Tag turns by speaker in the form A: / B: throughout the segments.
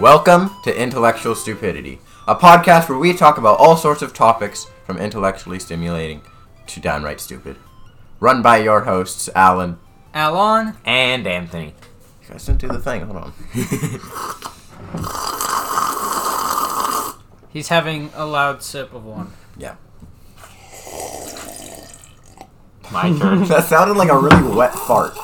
A: Welcome to Intellectual Stupidity, a podcast where we talk about all sorts of topics from intellectually stimulating to downright stupid. Run by your hosts, Alan.
B: Alon.
C: And Anthony.
A: You guys didn't do the thing, hold on.
B: He's having a loud sip of one.
A: Yeah.
C: My turn.
A: That sounded like a really wet fart.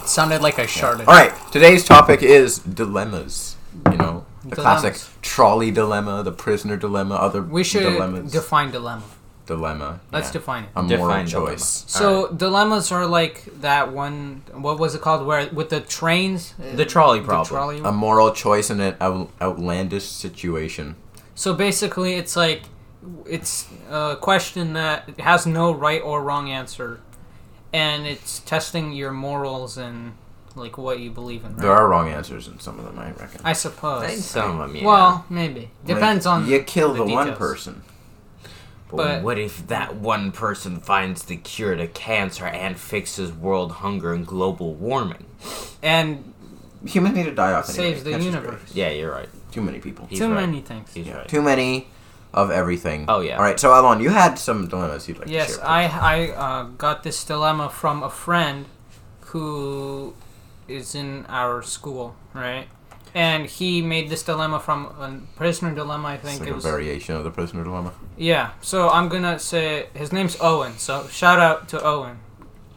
B: It sounded like I sharted.
A: Alright, today's topic is dilemmas. You know, the
B: Dilemmas.
A: classic trolley dilemma, the prisoner dilemma, other
B: We should
A: dilemmas.
B: define dilemma.
A: dilemma.
B: Let's
A: yeah.
B: define it.
A: A moral
C: Define dilemma.
A: choice.
B: So dilemmas are like that one. What was it called? Where with the trains?
C: The trolley problem.
B: trolley
A: A moral choice in an out- outlandish situation.
B: So basically, it's like it's a question that has no right or wrong answer, and it's testing your morals and like what you believe in. Right?
A: There are wrong answers in some of them, I reckon.
B: I suppose.
C: And Some of them, yeah.
B: Well, maybe depends
A: Like,
B: on
A: you kill the,
B: the
A: one
B: details.
A: person.
B: but-
C: what if that one person finds the cure to cancer and fixes world hunger and global warming?
B: and
A: Humans need to die off. anyway.
B: saves the
A: That's just
B: universe.
C: Yeah, you're right.
A: great. Too many people.
C: He's
B: Too
C: right.
B: many things.
C: He's right.
A: Too many of everything.
C: Oh, yeah.
A: All right. So Alon, you had some dilemmas you'd like to
B: Yes,
A: share.
B: I I uh, got this dilemma from a friend who is in our school, right? And he made this dilemma from a prisoner dilemma. I
A: It's
B: think
A: like
B: it
A: a
B: was.
A: variation of the prisoner dilemma.
B: Yeah. So I'm gonna say his name's Owen. So shout out to Owen.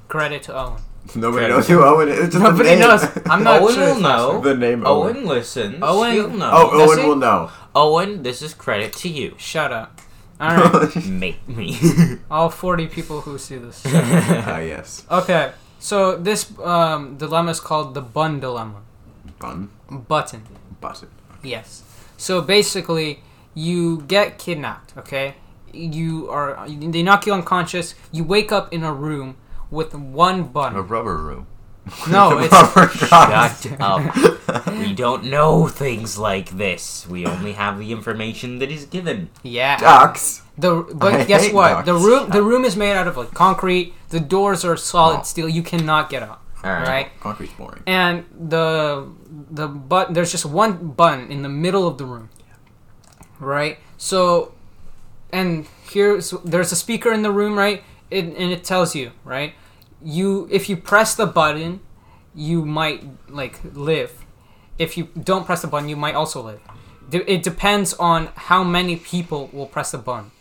B: Credit to Owen.
A: Nobody
C: Fair.
A: knows who Owen is. It's just the
B: Nobody
A: name.
B: knows. I'm not
C: Owen
B: sure.
C: will know.
A: the name Owen.
C: Owen, listens.
B: Owen-
C: He'll know.
A: Oh,
B: Does
A: Owen
B: he?
A: will know.
C: Owen, this is credit to you.
B: Shout out. All right.
C: Make me.
B: All 40 people who see this.
A: ah, yes.
B: Okay. So this um, dilemma is called the bun dilemma.
A: Bun.
B: Button.
A: Busted.
B: Yes. So basically, you get kidnapped. Okay. You are. They knock you unconscious. You wake up in a room with one
A: A
B: bun.
A: rubber room.
B: No,
A: The
B: it's
A: rubber dog.
C: Shut up. We don't know things like this. We only have the information that is given.
B: yeah.
A: Ducks.
B: The but
A: I
B: guess
A: hate
B: what?
A: knocks.
B: The room the room is made out of like concrete. The doors are solid steel. You cannot get out.
C: All right.
B: Right.
A: Concrete's boring.
B: And the the button there's just one button in the middle of the room. Right. So, and here's there's a speaker in the room, right? It, and it tells you, right? You if you press the button, you might like live. If you don't press the button, you might also live. De- It depends on how many people will press the button,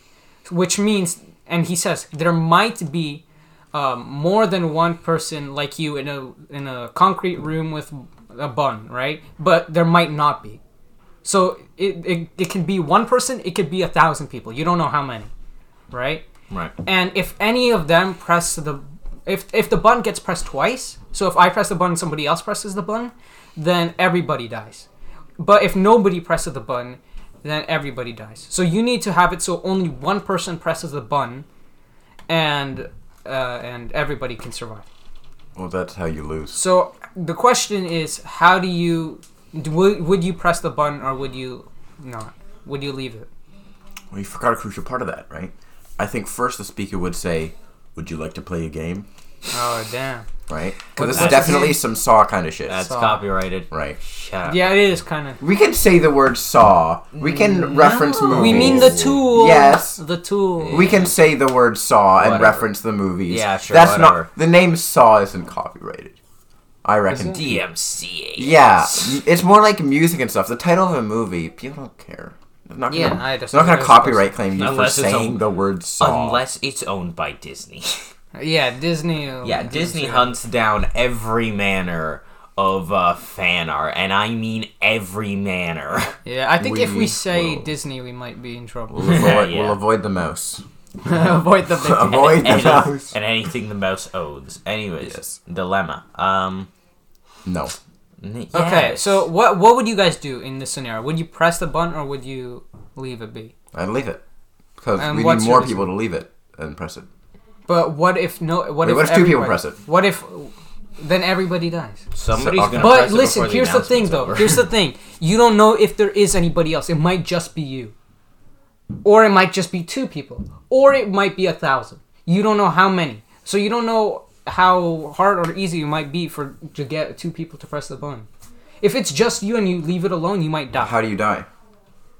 B: which means, and he says there might be um, more than one person like you in a in a concrete room with a bun, right? But there might not be. So it it, it can be one person, it could be a thousand people. You don't know how many, right?
C: Right.
B: and if any of them press the if if the button gets pressed twice so if i press the button somebody else presses the button then everybody dies but if nobody presses the button then everybody dies so you need to have it so only one person presses the button and uh, and everybody can survive
A: Well, that's how you lose.
B: so the question is how do you do, would, would you press the button or would you not would you leave it
A: Well, you forgot a crucial part of that, right? I think first the speaker would say, "Would you like to play a game?"
B: oh damn
A: Right?
B: What-
A: Because this is
B: what's his
A: definitely
B: name?
A: some saw kind of shit.
C: That's
B: Saw.
C: copyrighted.
A: right.
C: Shut up.
B: yeah it is kind of
A: We can say the word saw. We can
C: Mm,
A: reference movies.
B: we mean the tool
A: Yes.
B: the tool
A: We can say the word saw and
C: Whatever.
A: reference the movies.
C: Yeah, sure,
A: That's
C: whatever.
A: not the name saw isn't copyrighted. I reckon.
C: DMCA.
A: Yeah, m- it's more like music and stuff. The title of a movie, people don't care. They're not gonna,
B: Yeah, I
A: they're not
B: disagree.
A: gonna copyright claim you
C: Unless
A: for
C: it's
A: saying the
C: a-
A: word saw.
C: Unless it's owned by Disney.
B: Yeah, Disney. uh,
C: Oh yeah, Disney hunts down every manner of uh, fan art, and I mean every manner.
B: Yeah, I think if
A: We
B: we say
A: will.
B: Disney, we might be in trouble.
A: we'll avoid,
C: Yeah.
A: we'll avoid the mouse.
B: Avoid the big.
A: Avoid the
C: and,
A: mouse.
C: and anything the mouse owns. Anyways,
A: Yes.
C: dilemma. Um.
A: No.
C: n-
B: Okay,
C: yes.
B: so what what would you guys do in this scenario? Would you press the button or would you leave it be?
A: I'd leave it because
B: And
A: we need
B: what's
A: more
B: your-
A: people to leave it and press it.
B: But what if no? What
A: Wait,
B: if
A: what if two people
B: everybody-
A: press it?
B: What if then everybody dies?
C: somebody's
A: okay.
C: gonna.
B: But
C: press it
B: listen,
C: before the
B: here's the thing,
C: announcement's
B: though.
C: over.
B: Here's the thing. You don't know if there is anybody else. It might just be you, or it might just be two people, or it might be a thousand. You don't know how many, so you don't know how hard or easy it might be for to get two people to press the button. If it's just you and you leave it alone, you might die.
A: How do you die?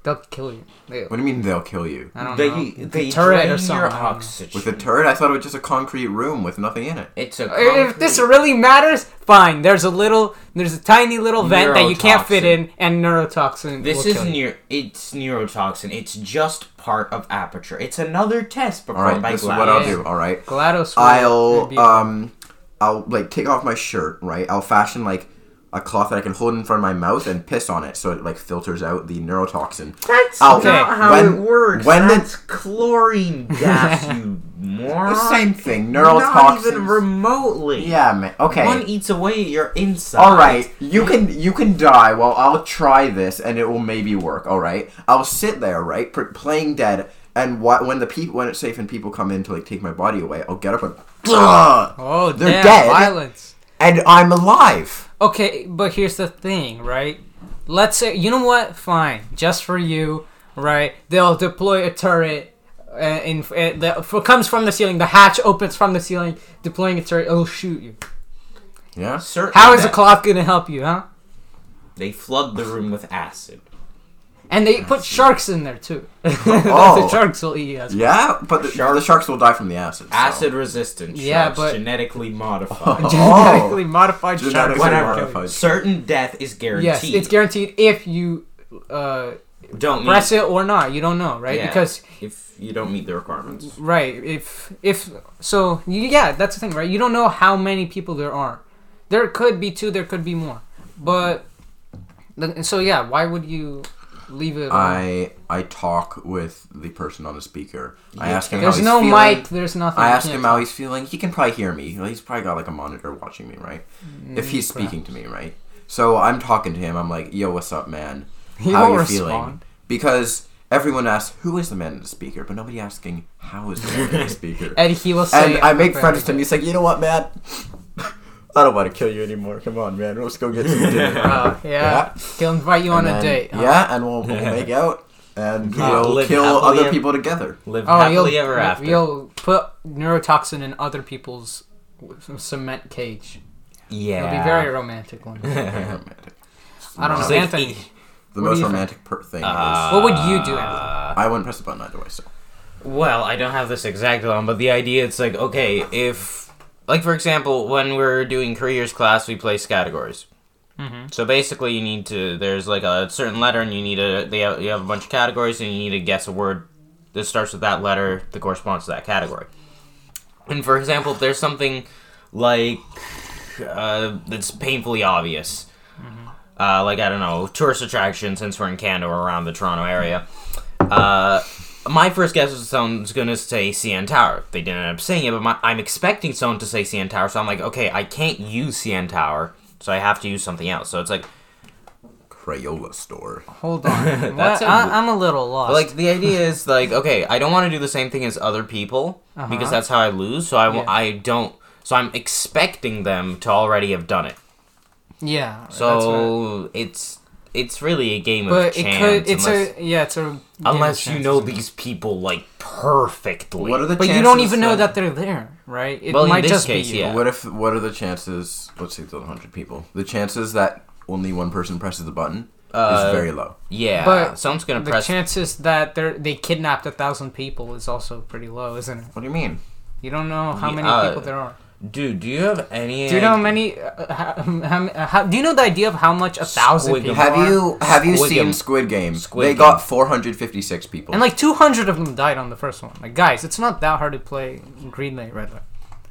B: They'll kill you. They,
A: What do you mean they'll kill you?
B: I don't
C: They,
B: know.
C: they
B: The turret or
C: drain your
B: something, I don't know.
C: oxygen.
A: With a turret? I thought it was just a concrete room with nothing in it.
C: it's a
B: If this really matters, fine. There's a little, there's a tiny little vent that you can't fit
C: Neurotoxin.
B: in, and neurotoxin.
C: This
B: will
C: is
B: kill you.
C: near. It's neurotoxin. It's just part of aperture. It's another test
A: All
C: performed
A: right,
C: by
A: this is what I'll
C: Gladys.
A: do. All right,
B: Glados. will- it'd be-
A: I'll um, I'll like take off my shirt. Right, I'll fashion like a cloth that I can hold in front of my mouth and piss on it, so it like filters out the neurotoxin.
C: That's
A: I'll-
C: not how
A: when-
C: it works.
A: when the-
C: That's chlorine gas, you moron.
A: The same thing,
C: Not
A: neurotoxin.
C: even remotely.
A: yeah, man. Okay.
C: One eats away at your inside.
A: all right, you can you can die. Well, I'll try this, and it will maybe work. All right, I'll sit there, right, pr- playing dead, and wh- when the people when it's safe and people come in to like take my body away, I'll get up and
B: Oh,
A: they're
B: damn,
A: dead.
B: Violence.
A: and I'm alive.
B: Okay, but here's the thing, right? Let's say you know what? Fine, just for you, right? They'll deploy a turret. Uh, in uh, the f- comes from the ceiling. The hatch opens from the ceiling, deploying a turret. It'll shoot you.
A: Yeah.
C: Certainly
B: How is the
C: that-
B: cloth gonna help you, huh?
C: They flood the room with acid.
B: And they put sharks in there too. the
A: Oh.
B: sharks will eat you. as well.
A: Yeah, but the,
C: Shark-
A: the sharks will die from the acid. so-
C: Acid resistance.
B: Yeah,
C: sharks,
B: but-
C: genetically modified.
A: Oh.
B: Genetically modified sharks.
A: Genetically
B: will kill you.
A: modified.
C: Certain death is guaranteed.
B: Yes, it's guaranteed if you uh,
C: Don't meet,
B: press it or not. You don't know, right?
C: yeah,
B: Because
C: if you don't meet the requirements,
B: right, if if so, you, yeah, that's the thing, right? You don't know how many people there are. There could be two. There could be more. But the- so yeah, why would you leave it? alone?
A: I I talk with the person on the speaker. I ask him.
B: There's
A: how
B: no
A: he's feeling.
B: mic. There's nothing.
A: I
B: you
A: ask
B: can't
A: him how he's feeling. He can probably hear me. He's probably got like a monitor watching me, right?
B: Mm,
A: if he's speaking to me, right? So I'm talking to him. I'm like, "Yo, what's up, man?
B: He
A: how
B: won't
A: you feeling?"
B: respond.
A: Because everyone asks, "Who is the man in the speaker?" But nobody asking, "How is the man in the speaker?"
B: And he will say,
A: and I make
B: "Okay."
A: friends with him. He's like, "You know what, man? I don't want to kill you anymore. Come on, man. Let's go get some dinner."
B: Uh, yeah.
A: Yeah.
B: he'll invite you on a
A: And-
B: date. huh?
A: Yeah, and we'll, we'll make out and
C: Yeah.
A: we'll
C: Live
A: kill
C: happily
A: other
C: ever-
A: people together.
C: live
B: Oh,
C: happily
B: you'll,
C: ever after.
B: You'll put neurotoxin in other people's w- cement cage.
C: yeah,
B: It'll be very romantic one. I
A: romantic.
B: don't know,
C: It's like-
B: Anthony.
A: The
B: What do
A: most
B: you think?
A: romantic per-
C: Uh,
A: thing is.
B: What would you do, Anthony?
A: I wouldn't press the button either way, so.
C: Well, I don't have this exact one, but the idea it's like okay, if like for example, when we're doing careers class, we place categories. So basically, you need to there's like a certain letter, and you need a they have, you have a bunch of categories, and you need to guess a word that starts with that letter that corresponds to that category. And for example, if there's something like uh, that's painfully obvious, uh, like I don't know, tourist attraction since we're in Canada or around the Toronto area. Uh, my first guess was someone's gonna say CN Tower. They didn't end up saying it, but my, I'm expecting someone to say CN Tower, so I'm like, okay, I can't use CN Tower, so I have to use something else. So it's like,
A: Crayola store.
B: Hold on. what?
C: That's a-
B: I, I'm a little lost.
C: like the idea is like, okay, I don't want to do the same thing as other people because that's how I lose. So I w-
B: Uh-huh. Yeah.
C: I don't. So I'm expecting them to already have done it.
B: yeah. that's what-
C: So it's it's really a game of
B: but it
C: chance.
B: could. It's
C: unless,
B: a yeah. It's a game of
C: unless you
B: chance.
C: know these people like perfectly.
A: What are the
B: But you don't
A: chances
B: even know that they're there, right? It
C: Well, in
B: might
C: this
B: just
C: case,
B: be you.
C: yeah.
A: What if? What are the chances? Let's say it's 100 people. The chances that only one person presses the button
B: Uh,
A: is very low.
C: yeah,
B: But
C: someone's gonna
B: The
C: press.
B: chances that they are they kidnapped a thousand people is also pretty low, isn't it?
A: What do you mean?
B: You don't know how many
C: Yeah.
B: people there are.
C: Dude, do you have any?
B: Do you know how many? Uh, how, how, how, do you know the idea of how much a thousand
C: Squid
B: people
C: Game.
A: Have
B: are?
A: you have you
C: Squid
A: seen
C: Game.
A: Squid Game?
C: Squid
A: they
C: Game.
A: got 456 people.
B: And like 200 of them died on the first one. Like guys, it's not that hard to play Green Knight Red Light.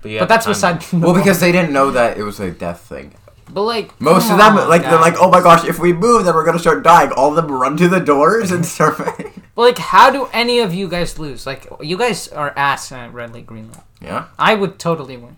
C: But, yeah,
B: But that's
C: I'm-
B: beside.
A: well, because they didn't know that it was a death thing.
B: But like
A: Most of
B: come
A: them,
B: on,
A: like they're like,
B: guys.
A: oh my gosh, if we move, then we're gonna start dying. All of them run to the doors and start. fighting.
B: But like, how do any of you guys lose? Like you guys are ass at Red Light Green Light.
A: yeah.
B: I would totally win.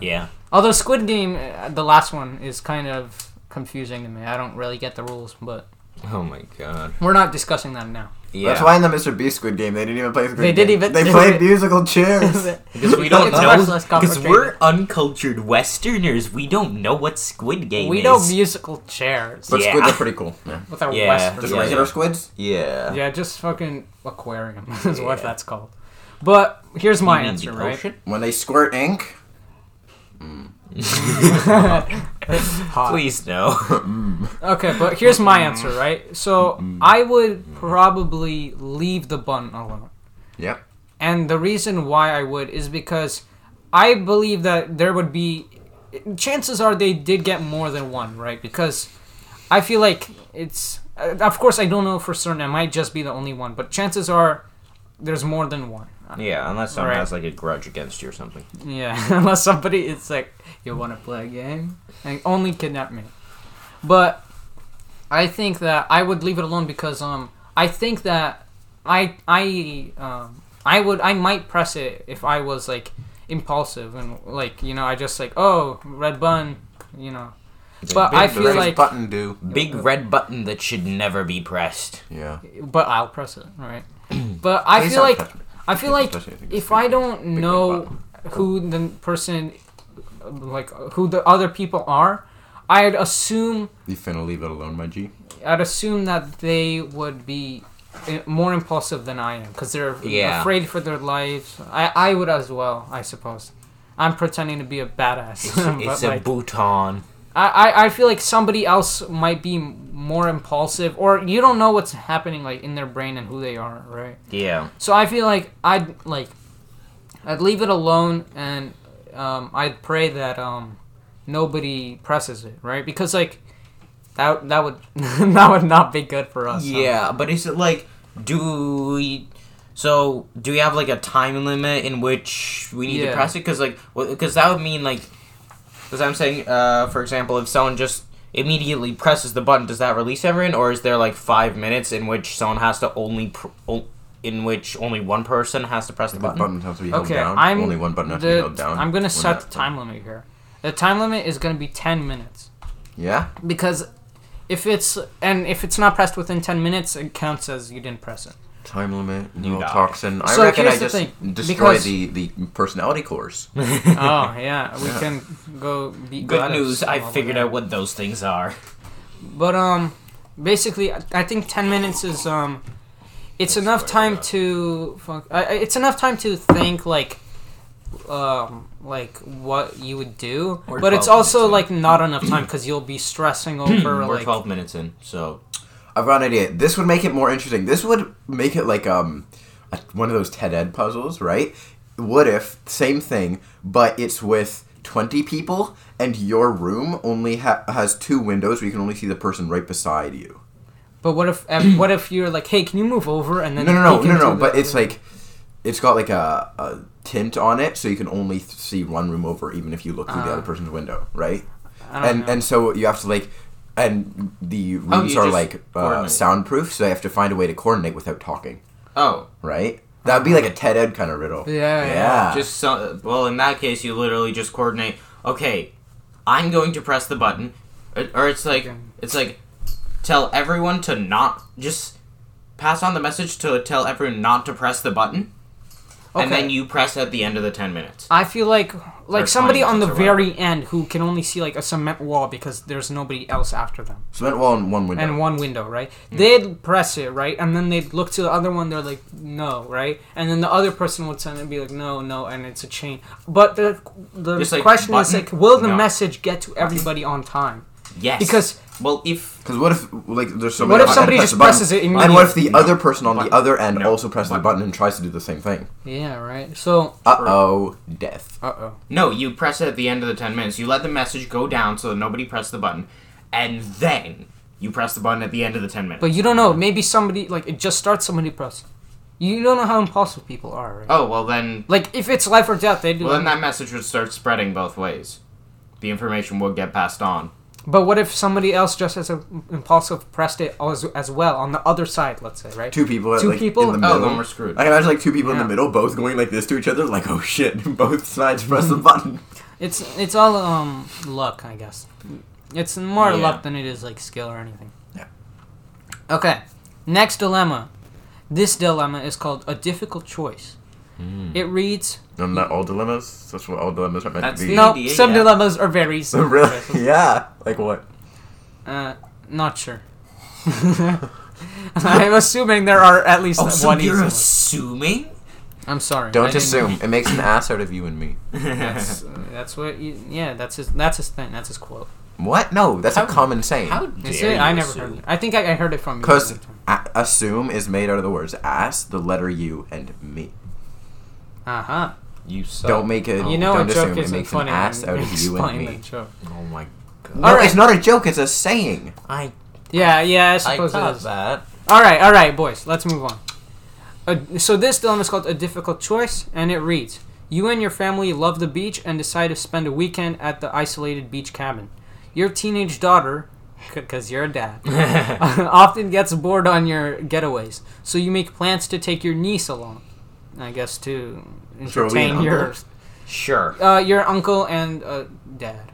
C: yeah.
B: Although Squid Game, uh, the last one is kind of confusing to me. I don't really get the rules, but
C: Oh my god.
B: we're not discussing that now.
C: Yeah.
A: That's why in the Mr. Beast Squid game they didn't even play Squid
B: They
A: Game.
B: didn't even
A: They
B: do
A: played
B: it.
A: musical chairs.
C: Because we don't
B: It's much
C: know.
B: less
C: Because
B: complicated.
C: we're uncultured Westerners. We don't know what Squid Game
B: we
C: is.
B: know musical chairs
A: but
C: Yeah.
A: squids are pretty cool. Yeah.
B: with our
C: Yeah,
B: Western.
A: Just
C: Yeah,
A: regular
C: yeah.
A: squids.
C: Yeah.
B: Yeah, just fucking aquarium is what
C: Yeah.
B: that's called. But here's my
C: You mean
B: answer,
C: the
B: right?
C: ocean?
A: When they squirt ink,
C: Please no.
B: Okay, but here's my answer, right? So I would probably leave the bun alone.
A: Yep.
B: And the reason why I would is because I believe that there would be chances are they did get more than one, right? Because I feel like it's uh, of course I don't know for certain I might just be the only one, but chances are there's more than one.
C: yeah, unless someone
B: Right.
C: has like a grudge against you or something.
B: Yeah, unless somebody it's like you want to play a game and only kidnap me. But I think that I would leave it alone because um I think that I I um I would I might press it if I was like impulsive and like you know I just like oh red bun you know but I
A: Big
B: feel
A: red
B: like
A: button do.
C: Big red button that should never be pressed.
A: Yeah.
B: but I'll press it right but I
A: Please
B: feel
A: don't
B: like
A: touch me.
B: I feel
A: Yeah,
B: like
A: especially if it's
B: if
A: big-
B: I don't
A: red
B: know
A: button.
B: who the person, like who the other people are, I'd assume
A: You finna leave it alone, my G.
B: I'd assume that they would be i- more impulsive than I am because they're
C: Yeah.
B: afraid for their lives. I I would as well, I suppose. I'm pretending to be a badass. but
C: It's a
B: like,
C: bouton.
B: I, I- I feel like somebody else might be m- more impulsive, or you don't know what's happening like in their brain and who they are, right?
C: Yeah.
B: So I feel like I'd like I'd leave it alone and um, I'd pray that um, nobody presses it, right? Because like that that would that would not be good for us. huh?
C: Yeah, but is it like do we? So do we have like a time limit in which we need
B: Yeah.
C: to press it? Because like, because that would mean like, because I'm saying, uh, for example, if someone just immediately presses the button, does that release everyone, or is there like five minutes in which someone has to only, pr- o- in which only one person has to press the
A: The
C: button?
A: buttons have to be held
B: Okay,
A: down.
B: I'm
A: Only one button has to
B: the-
A: be held down.
B: I'm gonna
A: We're
B: set
A: not-
B: the time limit here. The time limit is gonna be ten minutes
A: Yeah.
B: because if it's and if it's not pressed within ten minutes, it counts as you didn't press it.
A: Time limit.
C: You die.
A: Neurotoxin. I
B: So
A: reckon
B: here's
A: I
B: the
A: just
B: thing,
A: destroy
B: because-
A: the the personality course.
B: oh yeah, we
A: Yeah.
B: can go. Be
C: Good
B: goddess
C: news, I
B: over
C: figured
B: there.
C: out what those things are.
B: But um, basically, I I think ten minutes is um, it's
C: That's
B: enough
C: quite
B: time
C: enough.
B: to fuck. I, I- it's enough time to think like, um, like what you would do.
C: Or
B: but it's
C: 12
B: also
C: minutes,
B: like not enough time because you'll be stressing over
C: We're
B: like.
C: 12 minutes in, so
A: I've got an idea. This would make it more interesting. This would make it like um a, one of those TED Ed puzzles, right? What if same thing, but it's with twenty people, and your room only ha- has two windows where you can only see the person right beside you.
B: But what if ev- what if you're like, hey, can you move over? And then
A: No, no, no,
B: peek
A: no,
B: into
A: no.
B: the
A: But it's
B: other-
A: like it's got like a, a tint on it, so you can only th- see one room over, even if you look through the other person's window, right?
B: Ah. I don't
A: and
B: know. Oh,
A: and so you have to like and the rooms
C: you
A: are
C: just
A: like uh,
C: coordinate.
A: soundproof so they have to find a way to coordinate without talking
C: oh,
A: right that would be like a ted ed kind of riddle
B: Yeah, yeah.
A: yeah
C: Just so, well, in that case, you literally just coordinate. Okay, I'm going to press the button, or- or it's like
B: Okay.
C: it's like tell everyone to not just pass on the message to tell everyone not to press the button, and
B: Okay. Uh,
C: then you press at the end of the ten minutes.
B: I feel like like somebody
C: 20
B: on the
C: minutes or whatever.
B: very end who can only see like a cement wall because there's nobody else after them.
A: cement wall and one window
B: and one window, right? They'd press it, right? And then they'd look to the other one, they're like, no, right? And then the other person would send it and be like, no, no, and it's a chain. But the the
C: Just like
B: question is
C: button?
B: like, will the
C: No.
B: message get to everybody on time?
C: Yes,
B: Because-
C: well, if
A: because what if like there's so
B: What
A: many
B: if
A: I had to
B: somebody
A: press
B: just
A: the button,
B: presses it
A: and what if the
C: immediately?
A: other person on the
C: Button.
A: other end
C: No.
A: also presses the button and tries to do the same thing
B: Yeah, right? So,
A: uh oh death
B: uh oh.
C: no, you press it at the end of the ten minutes. You let the message go down so that nobody pressed the button, and then you press the button at the end of the ten minutes.
B: But you don't know, maybe somebody, like, it just starts somebody pressing. You don't know how impulsive people are, right?
C: oh well, then
B: Like, if it's life or death, they do
C: Well, then that message would start spreading both ways. The information would get passed on.
B: But what if somebody else just as impulsive pressed it as, as well on the other side, let's say, right?
A: two people
B: Two
A: like,
B: people?
A: in the
B: Oh,
A: middle
C: then we're screwed.
A: i can imagine like two people in
B: Yeah.
A: the middle both going like this to each other like oh shit both sides press the button
B: It's it's all um luck, I guess. It's more
C: Yeah.
B: luck than it is like skill or anything.
A: Yeah.
B: Okay. Next dilemma. This dilemma is called a difficult choice. It reads
A: Isn't that all dilemmas? That's what all dilemmas are meant
C: That's
A: to be.
C: the-
B: no.
C: ADA,
B: some
C: yeah.
B: dilemmas are very
A: So
B: simple.
A: really? Yeah. Like what?
B: Uh, not sure. I'm assuming there are at least one easy one.
C: Oh, assuming?
B: I'm sorry. I
A: Don't
B: didn't- uh,
A: assume. It makes an ass out of you and me.
B: That's, that's what. You, yeah, that's his. That's his thing. That's his quote.
A: What? No, that's
C: How-
A: a common saying.
C: How
B: Is
C: dare
B: it?
C: you
B: I never
C: assume?
B: heard it. I think I, I heard it from you.
A: Because a- assume is made out of the words ass, the letter U, and me.
B: Uh huh.
C: You suck.
A: Don't make it.
B: You know
A: Oh, don't
B: a joke
A: assume. It
B: isn't
A: makes
B: funny.
A: an ass
B: when
A: out
B: you
A: of you and
B: explain
A: me.
B: the joke.
C: Oh my god.
A: No,
B: All right.
A: it's not a joke. It's a saying.
C: I
B: Yeah, yeah, I
C: I
B: suppose it
C: caught
B: is.
C: that.
B: All right, all right, boys, let's move on. Uh, so this dilemma is called a difficult choice, and it reads: You and your family love the beach and decide to spend a weekend at the isolated beach cabin. Your teenage daughter, because you're a dad, often gets bored on your getaways, so you make plans to take your niece along. I guess to
A: Sure, are we an
B: entertain your
A: uncle?
C: Sure.
B: uh, your uncle and uh, dad,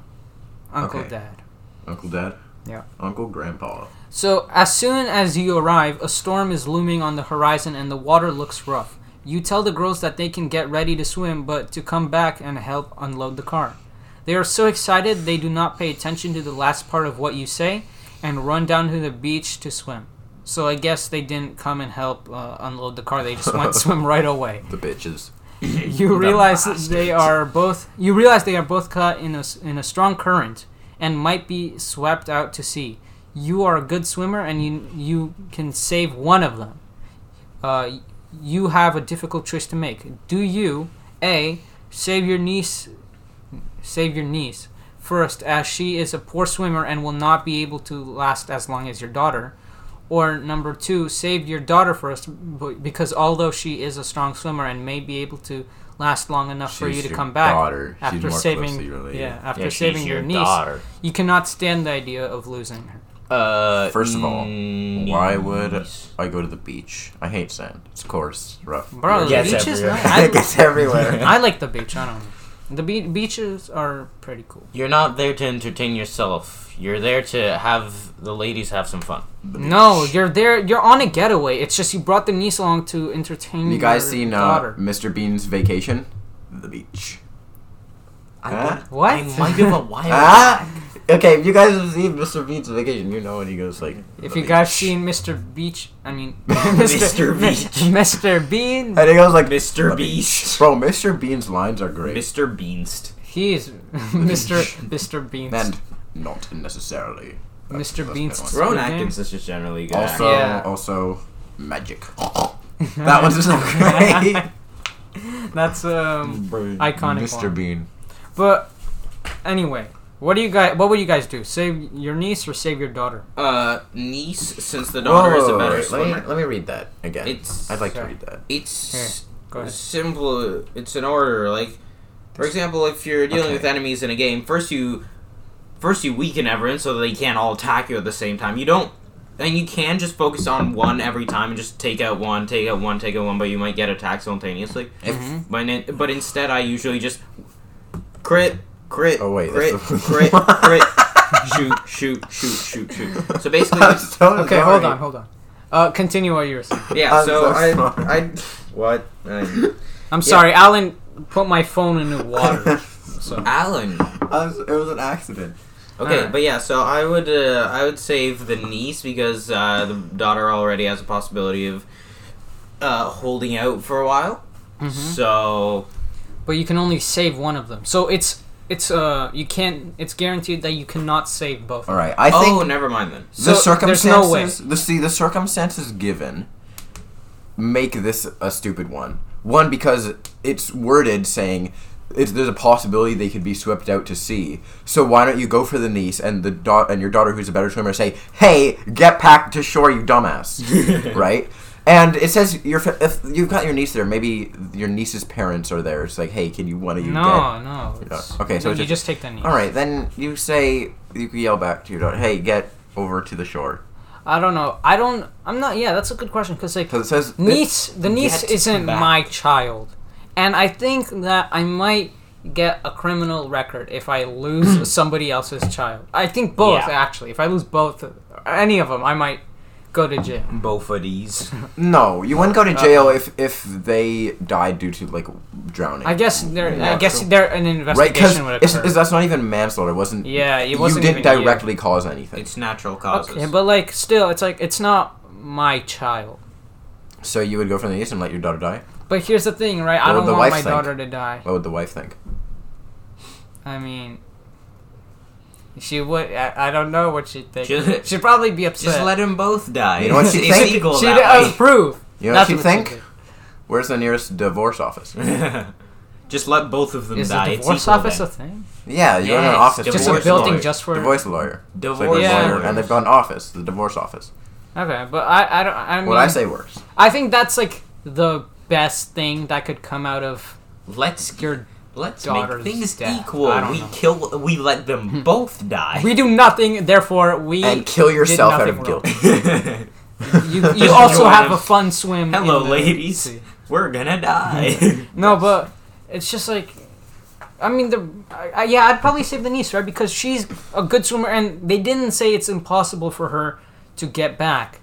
B: uncle
A: Okay.
B: dad.
A: Uncle Dad.
B: Yeah.
A: Uncle Grandpa.
B: So, as soon as you arrive, a storm is looming on the horizon and the water looks rough. You tell the girls that they can get ready to swim, but to come back and help unload the car. They are so excited they do not pay attention to the last part of what you say and run down to the beach to swim. So, I guess they didn't come and help uh, unload the car, they just went swim right away.
A: The bitches.
B: You realize that they are both you realize they are both caught in a s- in a strong current and might be swept out to sea. You are a good swimmer and you you can save one of them. Uh, you have a difficult choice to make. Do you a save your niece save your niece first as she is a poor swimmer and will not be able to last as long as your daughter or number two save your daughter first b- because although she is a strong swimmer and may be able to last long enough for
A: She's
B: you to
A: your
B: come back
A: daughter. She's
B: after
A: more
B: saving
A: closely related.
B: yeah after
C: Yeah, she's
B: saving your,
C: your
B: niece
C: daughter.
B: you cannot stand the idea of losing her
C: Uh,
A: First of all,
C: mm,
A: Why would I go to the beach? I hate sand. It's coarse, rough.
B: bro the
C: Gets
B: beach is
C: everywhere.
A: it
B: nice. I,
A: gets everywhere.
B: I like the beach i don't know the be- beaches are pretty cool
C: You're not there to entertain yourself. You're there to have the ladies have some fun.
B: No, you're there. You're on a getaway. It's just you brought the niece along to entertain.
A: You guys
B: your
A: seen uh,
B: daughter.
A: Mr. Bean's Vacation? The beach. Huh?
C: would-
B: What?
C: I might give a wild.
A: Ah, okay. If you guys have seen Mr. Bean's Vacation, you know when he goes like.
B: If
A: the
B: you guys
A: beach.
B: seen Mr. Beach, I mean
C: Mr. Beach.
B: Mr. Bean,
A: and he goes like
C: Mr.
A: "The
C: Beast."
A: Bro, Mr. Bean's lines are great
C: Mr. Beanst.
B: he is Mr. Mr. Bean.
A: and not necessarily. That's-
B: Mr.
A: that's
B: Bean's
A: a good one.
B: Rowan
C: Rowan
B: Okay. Atkins
C: Atkins is just generally good.
A: Also,
B: Yeah.
A: also magic. that one's so great.
B: That's um iconic.
A: Mr.
B: one.
A: Bean.
B: But anyway, what do you guys? What would you guys do? Save your niece or save your daughter?
C: uh, niece, since the daughter is a better
A: wait,
C: swimmer.
A: Let me, let me read that again.
C: It's-
A: I'd like
B: Sorry.
A: to read that.
C: It's
B: go
A: Uh,
B: ahead.
C: simple. It's an order. Like, for example, if you're dealing
A: Okay.
C: with enemies in a game, first you, first you weaken everyone so they can't all attack you at the same time. You don't, and you can just focus on one every time and just take out one, take out one, take out one. But you might get attacked simultaneously.
A: If-
C: But, in, but instead, I usually just crit, crit,
A: Oh, wait,
C: crit,
A: that's the-
C: crit, crit, shoot, shoot, shoot, shoot, shoot. So basically,
A: I'm so
B: Okay, hold
A: sorry.
B: on, hold on. Uh, continue what you were saying.
C: yeah.
A: I'm
C: so
A: so
C: I,
A: sorry.
C: I, what? I,
B: I'm sorry, Alan put my phone in the water. So
C: Alan.
A: I was- it was an accident.
C: Okay,
B: Alright.
C: but yeah, so I would uh, I would save the niece because uh, the daughter already has a possibility of uh, holding out for a while. So
B: but you can only save one of them. So it's it's uh you can't it's guaranteed that you cannot save both.
A: All right, I think
C: oh, never mind then.
B: So
A: the
B: there's
A: circumstances.
B: no way.
A: The see the circumstances given make this a stupid one. One because it's worded saying it's, there's a possibility they could be swept out to sea. So why don't you go for the niece and the da- and your daughter who's a better swimmer say, "Hey, get back to shore, you dumbass!" right? And it says your fa- if you've got your niece there, maybe your niece's parents are there. It's like, "Hey, can you one of you
B: No, no.
A: get?"
B: it's-
A: Okay, so
B: you
A: it's
B: just, take the knee.
A: all right. Then you say you can yell back to your daughter, "Hey, get over to the shore."
B: I don't know. I don't. I'm not. Yeah, that's a good question because like
A: Because it says
B: niece, the niece
C: Get
B: isn't
C: back.
B: my child, and I think that I might get a criminal record if I lose somebody else's child. I think both
C: Yeah.
B: actually. If I lose both, any of them, I might go to jail.
C: Both of these.
A: No, you wouldn't go
B: Uh-huh.
A: to jail if if they died due to like drowning.
B: I guess there.
A: Yeah,
B: I guess
A: true.
B: there an
A: right because
B: investigation would
A: it's,
B: occur.
A: it's- that's not even manslaughter. It wasn't.
B: Yeah, it
A: you
B: wasn't
A: didn't
B: even you.
A: directly cause anything.
C: It's natural causes.
B: okay, but like still, it's like it's not my child.
A: so you would go for the niece and let your daughter die.
B: But here's the thing, right? I
A: What would
B: don't
A: the
B: want
A: wife
B: my
A: think?
B: daughter to die.
A: What would the wife think?
B: I mean, She would. I, I don't know what she'd think.
C: Just-
B: She'd probably be upset.
C: Just let them both die.
A: You know what you
C: it's
A: think?
C: equal
B: she'd
C: that way.
B: approve.
A: You know
B: That's
A: what you
B: she'd
A: think?
B: do.
A: Where's the nearest divorce office?
C: Just let both of them
B: Is the
C: die.
B: divorce
C: it's equal
B: office
C: then.
B: a thing?
A: Yeah, you go to an
C: Yes,
A: office.
B: Just a
A: divorce
C: Divorce
B: building
A: lawyer.
C: lawyer.
B: just for
A: divorce lawyer. It's like a
C: Divorce
B: Yeah.
A: lawyer, and they've got an office, the divorce office.
B: Okay, but I, I don't. I mean,
A: What I say works.
B: I think that's like the best thing that could come out of
C: Let's
B: your.
C: let's
B: daughter's
C: make things
B: death.
C: equal.
B: I don't
C: We
B: know.
C: kill. We let them both die.
B: Hmm. We do nothing, therefore we
A: And kill
B: did
A: yourself out
B: nothing
A: of
B: wrong.
A: guilt.
B: You, you
C: Just
B: also
C: join
B: have a
C: us.
B: fun swim. in
C: Hello,
B: the
C: ladies.
B: sea.
C: We're gonna die.
B: No, but it's just like, I mean, the I, I- yeah, I'd probably save the niece, right? Because she's a good swimmer, and they didn't say it's impossible for her to get back.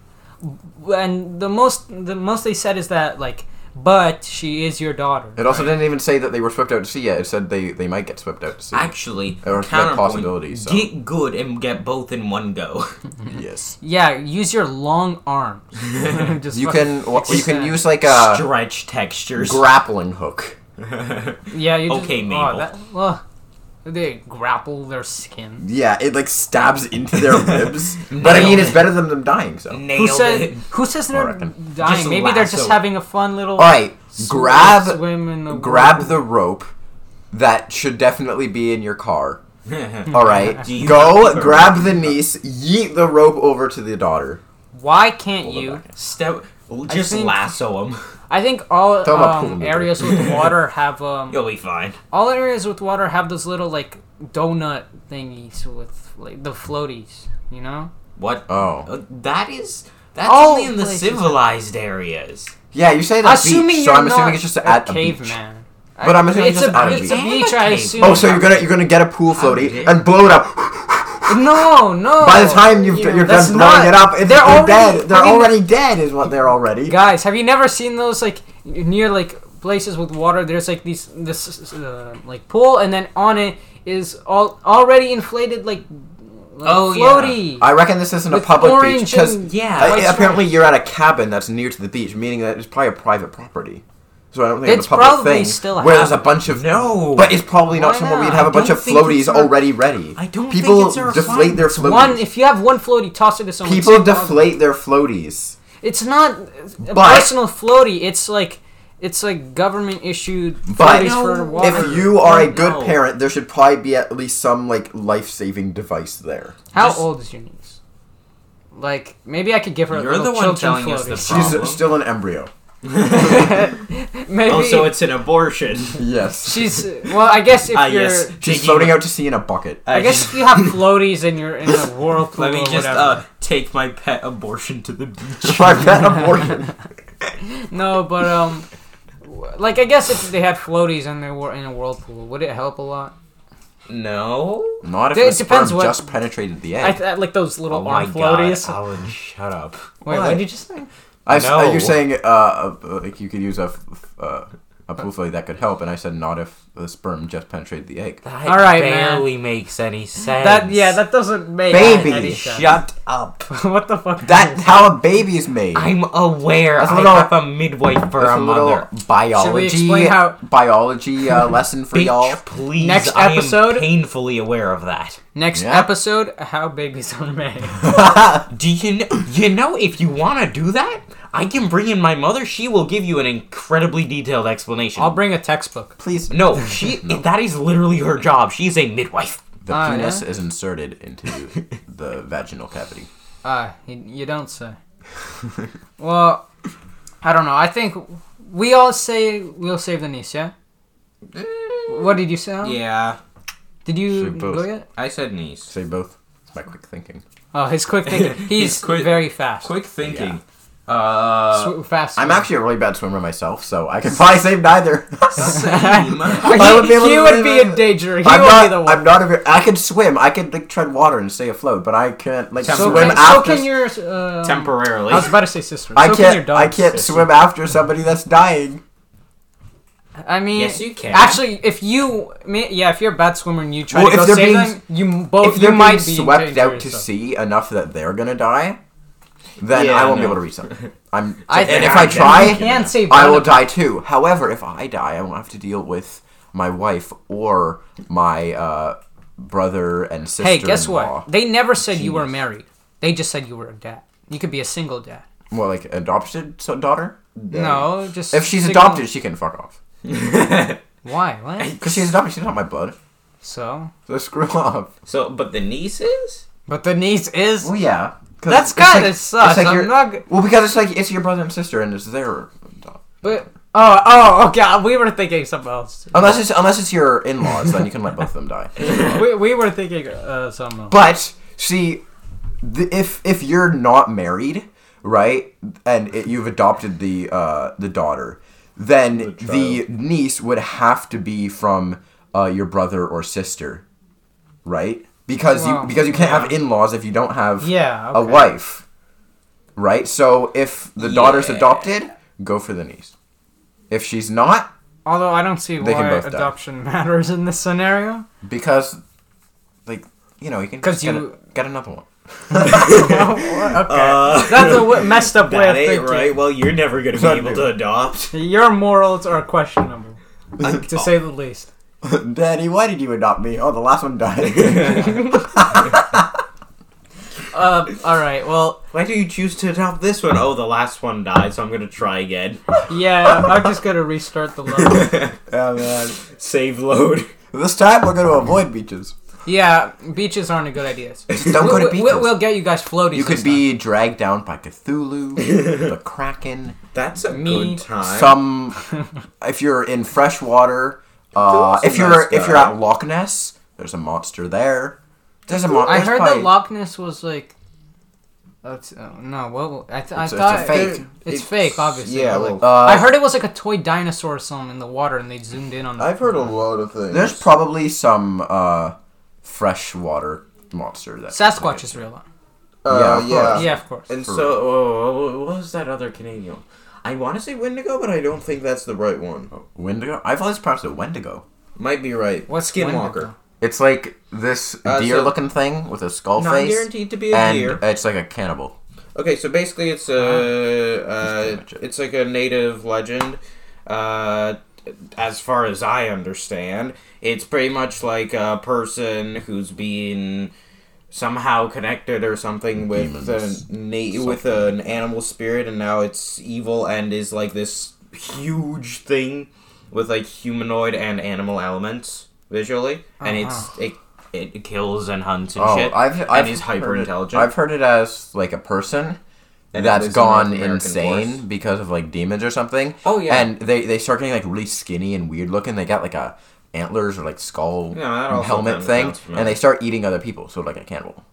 B: And the most the most they said is that like, but she is your daughter.
A: It also didn't even say that they were swept out to sea yet. It said they, they might get swept out to sea.
C: Actually,
A: Or it's like
C: counterpoint,
A: possibilities, so.
C: Get good and get both in one go.
A: yes.
B: Yeah, use your long arms. Just
A: You
B: fucking
A: can well, you can
B: extend.
A: use like a
C: Stretch textures.
A: grappling hook.
B: yeah. You just,
C: Okay,
B: oh,
C: Mabel.
B: that- well, they grapple their skin.
A: Yeah, it like stabs into their ribs. But I mean, it's better than them dying. So,
C: Nailed
B: Who says
C: it.
B: who says
A: I
B: they're
A: reckon.
B: dying?
C: Just
B: Maybe they're just
C: lasso.
B: having a fun little.
A: all right,
B: sw-
A: grab
B: swim in the
A: grab
B: water.
A: the rope that should definitely be in your car.
C: Do
A: All right,
C: you have
A: go
C: the
A: grab
C: rope?
A: the niece, yeet the rope over to the daughter.
B: Why can't
A: Hold it
B: you?
A: back.
C: Step. Just
B: think-
C: lasso him.
B: I think all
A: Talk about pool
B: um,
A: noodle.
B: areas with water have um
C: You'll be fine.
B: all areas with water have those little like donut thingies with like the floaties, you know.
C: What?
A: Oh,
C: Uh, that is. That's
B: All
C: only in the
B: places.
C: civilized areas.
A: yeah, you say that
B: Assuming
A: beach, so
B: you're
A: I'm assuming
B: not
A: it's just
B: a
A: at a beach.
B: caveman. I-
A: But I'm assuming it's just at a
B: it's
A: beach.
B: beach. I
C: Okay.
B: assume.
A: Oh, so you're gonna you're gonna get a pool floaty
C: dare-
A: and blow it up.
B: no no.
A: By the time you've, you're
B: Oh, that's
A: done blowing
B: not-
A: it up, they're,
B: they're already-
A: dead. They're
B: I mean-
A: already dead, is what they're already.
B: guys, have you never seen those like near like places with water? There's like these this uh, like pool, and then on it is all already inflated like, like
C: Oh, yeah.
B: floaty.
A: I reckon this isn't a
B: With
A: public
B: orange
A: beach because
B: and
C: yeah, white stripes.
A: apparently you're at a cabin that's near to the beach, meaning that it's probably a private property. So I don't think it's,
B: It's
A: a public
B: probably
A: thing
B: still a
A: where there's a
B: habit.
A: bunch of
C: No.
A: but it's probably not
B: Why
A: somewhere
B: not?
A: we'd have
B: I
A: a bunch
C: don't
A: of
C: think
A: floaties
C: it's a-
A: already ready.
C: I don't think
A: People
C: it's a
A: deflate their floaties.
B: One, if you have one floaty, toss it to someone.
A: People
B: It's not-
A: deflate their floaties.
B: It's not a
A: But-
B: personal floaty. It's like it's like government issued
A: But
B: floaties for
C: No,
B: water.
A: If you are a good
C: No.
A: parent, there should probably be at least some like life-saving device there.
B: how
C: Just-
B: old is your niece? Like maybe I could give her a
C: You're
B: little
C: the one
B: children
C: telling us the
B: floaties.
A: She's
C: Problem.
A: still an embryo.
B: maybe
C: Oh, so it's an abortion.
A: Yes.
B: she's well. I guess if
C: Ah,
B: you're
C: yes.
A: She's
C: Taking-
A: floating out to sea in a bucket.
B: I guess if you have floaties and you're in the whirlpool
C: Let me
B: or
C: just
B: whatever.
C: uh, take my pet abortion to the beach.
A: Try that abortion.
C: uh,
B: No, but um, w- like I guess if they had floaties and they were in a whirlpool, would it help a lot?
C: No.
A: Not if
B: It
A: the
B: depends
A: sperm
B: what-
A: just penetrated the egg.
B: I th- like those little
C: Oh my
B: arm
C: god,
B: floaties.
C: Alan, shut up.
B: Wait, what did you say?
A: I s-
C: No.
A: You're saying uh, uh, like you could use a f- f- uh, a poo floaty that could help, and I said not if the sperm just penetrated the egg.
C: That
B: All right, man.
C: barely makes any sense.
B: That yeah, that doesn't make
A: Baby,
B: any sense.
C: Shut up.
B: what the fuck?
A: That's how a baby is made.
C: I'm aware.
A: That's a
C: I
A: little-
C: have a midwife for
A: That's
C: a
A: a little
C: mother.
A: biology
B: explain how-
A: biology uh, lesson for y'all.
C: Bitch, please.
B: Next
C: I
B: episode-
C: am painfully aware of that.
B: Next
A: Yeah.
B: episode, how babies are made.
C: Do you know, you know if you want to do that, I can bring in my mother. She will give you an incredibly detailed explanation.
B: I'll bring a textbook.
A: Please,
C: no, she. That is literally her job. She's a midwife.
A: the
B: Ah,
A: penis is inserted into the vaginal cavity.
B: Ah, you, you don't say. well, I don't know. I think we all say we'll save the niece. Yeah. What did you say? Alan?
C: Yeah,
B: Did you
A: Say both.
B: go yet?
C: I said niece.
A: Say both. It's my quick thinking.
B: Oh, his quick thinking. He's,
C: He's quick-
B: very fast.
C: Quick thinking. Uh,
B: Sw- fast.
A: I'm actually a really bad swimmer myself, so I could probably save neither.
C: same.
B: He,
A: I would be able
B: he
A: to
B: would be
A: believe
B: in
A: it.
B: danger. He
A: I'm
B: would
A: not,
B: be the one.
A: I'm not a ver- I can swim. I can like tread water and stay afloat, but I can't like
C: So
A: swim
B: can,
A: after.
B: so can your. Um,
C: temporarily.
B: I was about to say sister.
A: I
B: so Can your
A: can't.
B: dog
A: I can't
B: sister.
A: swim after somebody that's dying.
B: I mean,
C: Yes, you can.
B: Actually, if you, ma- yeah, if you're a bad swimmer and you try
A: Well,
B: to
A: if
B: go
A: they're
B: save
A: being-
B: them, you m- both
A: if
B: you
A: you're being
B: might be in
A: swept
B: danger
A: out to
B: yourself.
A: sea enough that they're gonna die, then
C: Yeah,
A: I won't
C: no.
A: be able to reach them. I'm.
B: I
A: and
B: think-
A: if I
C: Yeah,
B: You
A: try,
B: can save.
A: I
B: one
A: will
B: of them.
A: die too. However, if I die, I won't have to deal with my wife or my uh, brother and sister.
B: Hey, guess what? They never said you were married. They just said you were a dad. You could be a single dad.
A: Well, like adopted so- daughter.
B: No, just
A: If she's
B: single-
A: adopted, she can fuck off.
B: Why? What?
A: Because she's adopted, she's not my blood.
B: So,
A: So screw off.
C: So, but the nieces?
B: but the niece is.
A: Well, yeah. 'Cause
B: That's
A: it's like-
B: kinda
A: it's
B: sus, I'm
A: your-
B: not g-
A: Well, because it's like it's your brother and sister, and it's their.
B: But oh, oh, okay. We were thinking something else.
A: Unless it's unless it's your in-laws, then you can let both of them die.
B: we, we were thinking uh, something else.
A: But see, the, if if you're not married, right, and it, you've adopted the uh, the daughter, then the, niece would have to be from uh, your brother or sister, right? Because
B: Wow.
A: you because you can't have in-laws if you don't have
B: Yeah,
A: a
B: okay.
A: wife, right? So if the daughter's
C: Yeah.
A: adopted, go for the niece. If she's not,
B: Although I don't see
A: They can
B: why
A: both die.
B: adoption matters in this scenario.
A: because like you know you can
B: 'Cause
A: just get a-
B: you-
A: get another one.
B: Oh, okay,
A: Uh,
B: that's a w- messed up way of
C: That ain't
B: thinking.
C: right. Well, you're never gonna be able to adopt.
B: Your morals are questionable, to say the least.
A: Daddy, why did you adopt me? Oh, the last one died.
B: Uh, all right. Well,
C: Why do you choose to adopt this one? Oh, the last one died, so I'm gonna try again.
B: yeah, I'm just gonna restart the level.
A: oh, man.
C: Save load.
A: This time we're going to avoid beaches.
B: Yeah, beaches aren't a good idea.
A: Don't go to
B: We- we-
A: beaches.
B: We'll, we'll get you guys floaties.
A: you could
B: this time.
A: be dragged down by Cthulhu, the Kraken,
C: That's a
B: Me.
C: good time.
A: some. if you're in fresh water, uh,
C: Cthulhu's a
A: if you're
C: nice
A: if you're
C: guy.
A: at Loch Ness, there's a monster there. There's a monster.
B: I heard that Loch Ness was like. That's, uh, no, well, I, th- I
A: It's- it's a
B: thought
A: fake.
B: It's, fake, obviously.
D: yeah,
B: but, like,
A: well, uh,
B: I heard it was like a toy dinosaur or something in the water, and they zoomed in on. it.
D: I've heard a lot of things.
A: There's probably some uh, freshwater monster that
B: Sasquatch is real.
D: uh,
A: Yeah, of
D: yeah,
A: course.
B: Yeah, of course.
D: And
A: For
D: so,
C: So, oh, oh, what was that other Canadian? one? I want to say Wendigo, but I don't think that's the right one.
A: Wendigo. I've always pronounced it Wendigo.
C: Might be right.
B: What's
C: Skinwalker?
A: It's like this
C: Uh, so-
A: deer-looking thing with a skull
C: Not
A: face,
C: guaranteed to be a
A: and
C: deer.
A: it's like a cannibal.
C: Okay, so basically, it's a uh, it's like a native legend. Uh, as far as I understand, it's pretty much like a person who's been somehow connected or something with
A: Demons.
C: a na- with an animal spirit, and now it's evil and is like this huge thing with like humanoid and animal elements visually, and
A: Oh,
C: it's it. It kills and hunts and shit. and is
A: heard it-
C: hyper intelligent.
A: I've heard it as like a person
C: And it
A: that's
C: lives in North
A: gone
C: American
A: insane
C: forests.
A: because of like demons or something.
C: Oh, yeah.
A: and they they start getting like really skinny and weird looking. They got like a antlers or like skull
C: Yeah, that also
A: helmet
C: kinda
A: thing,
C: sounds familiar.
A: and they start eating other people. So like a cannibal.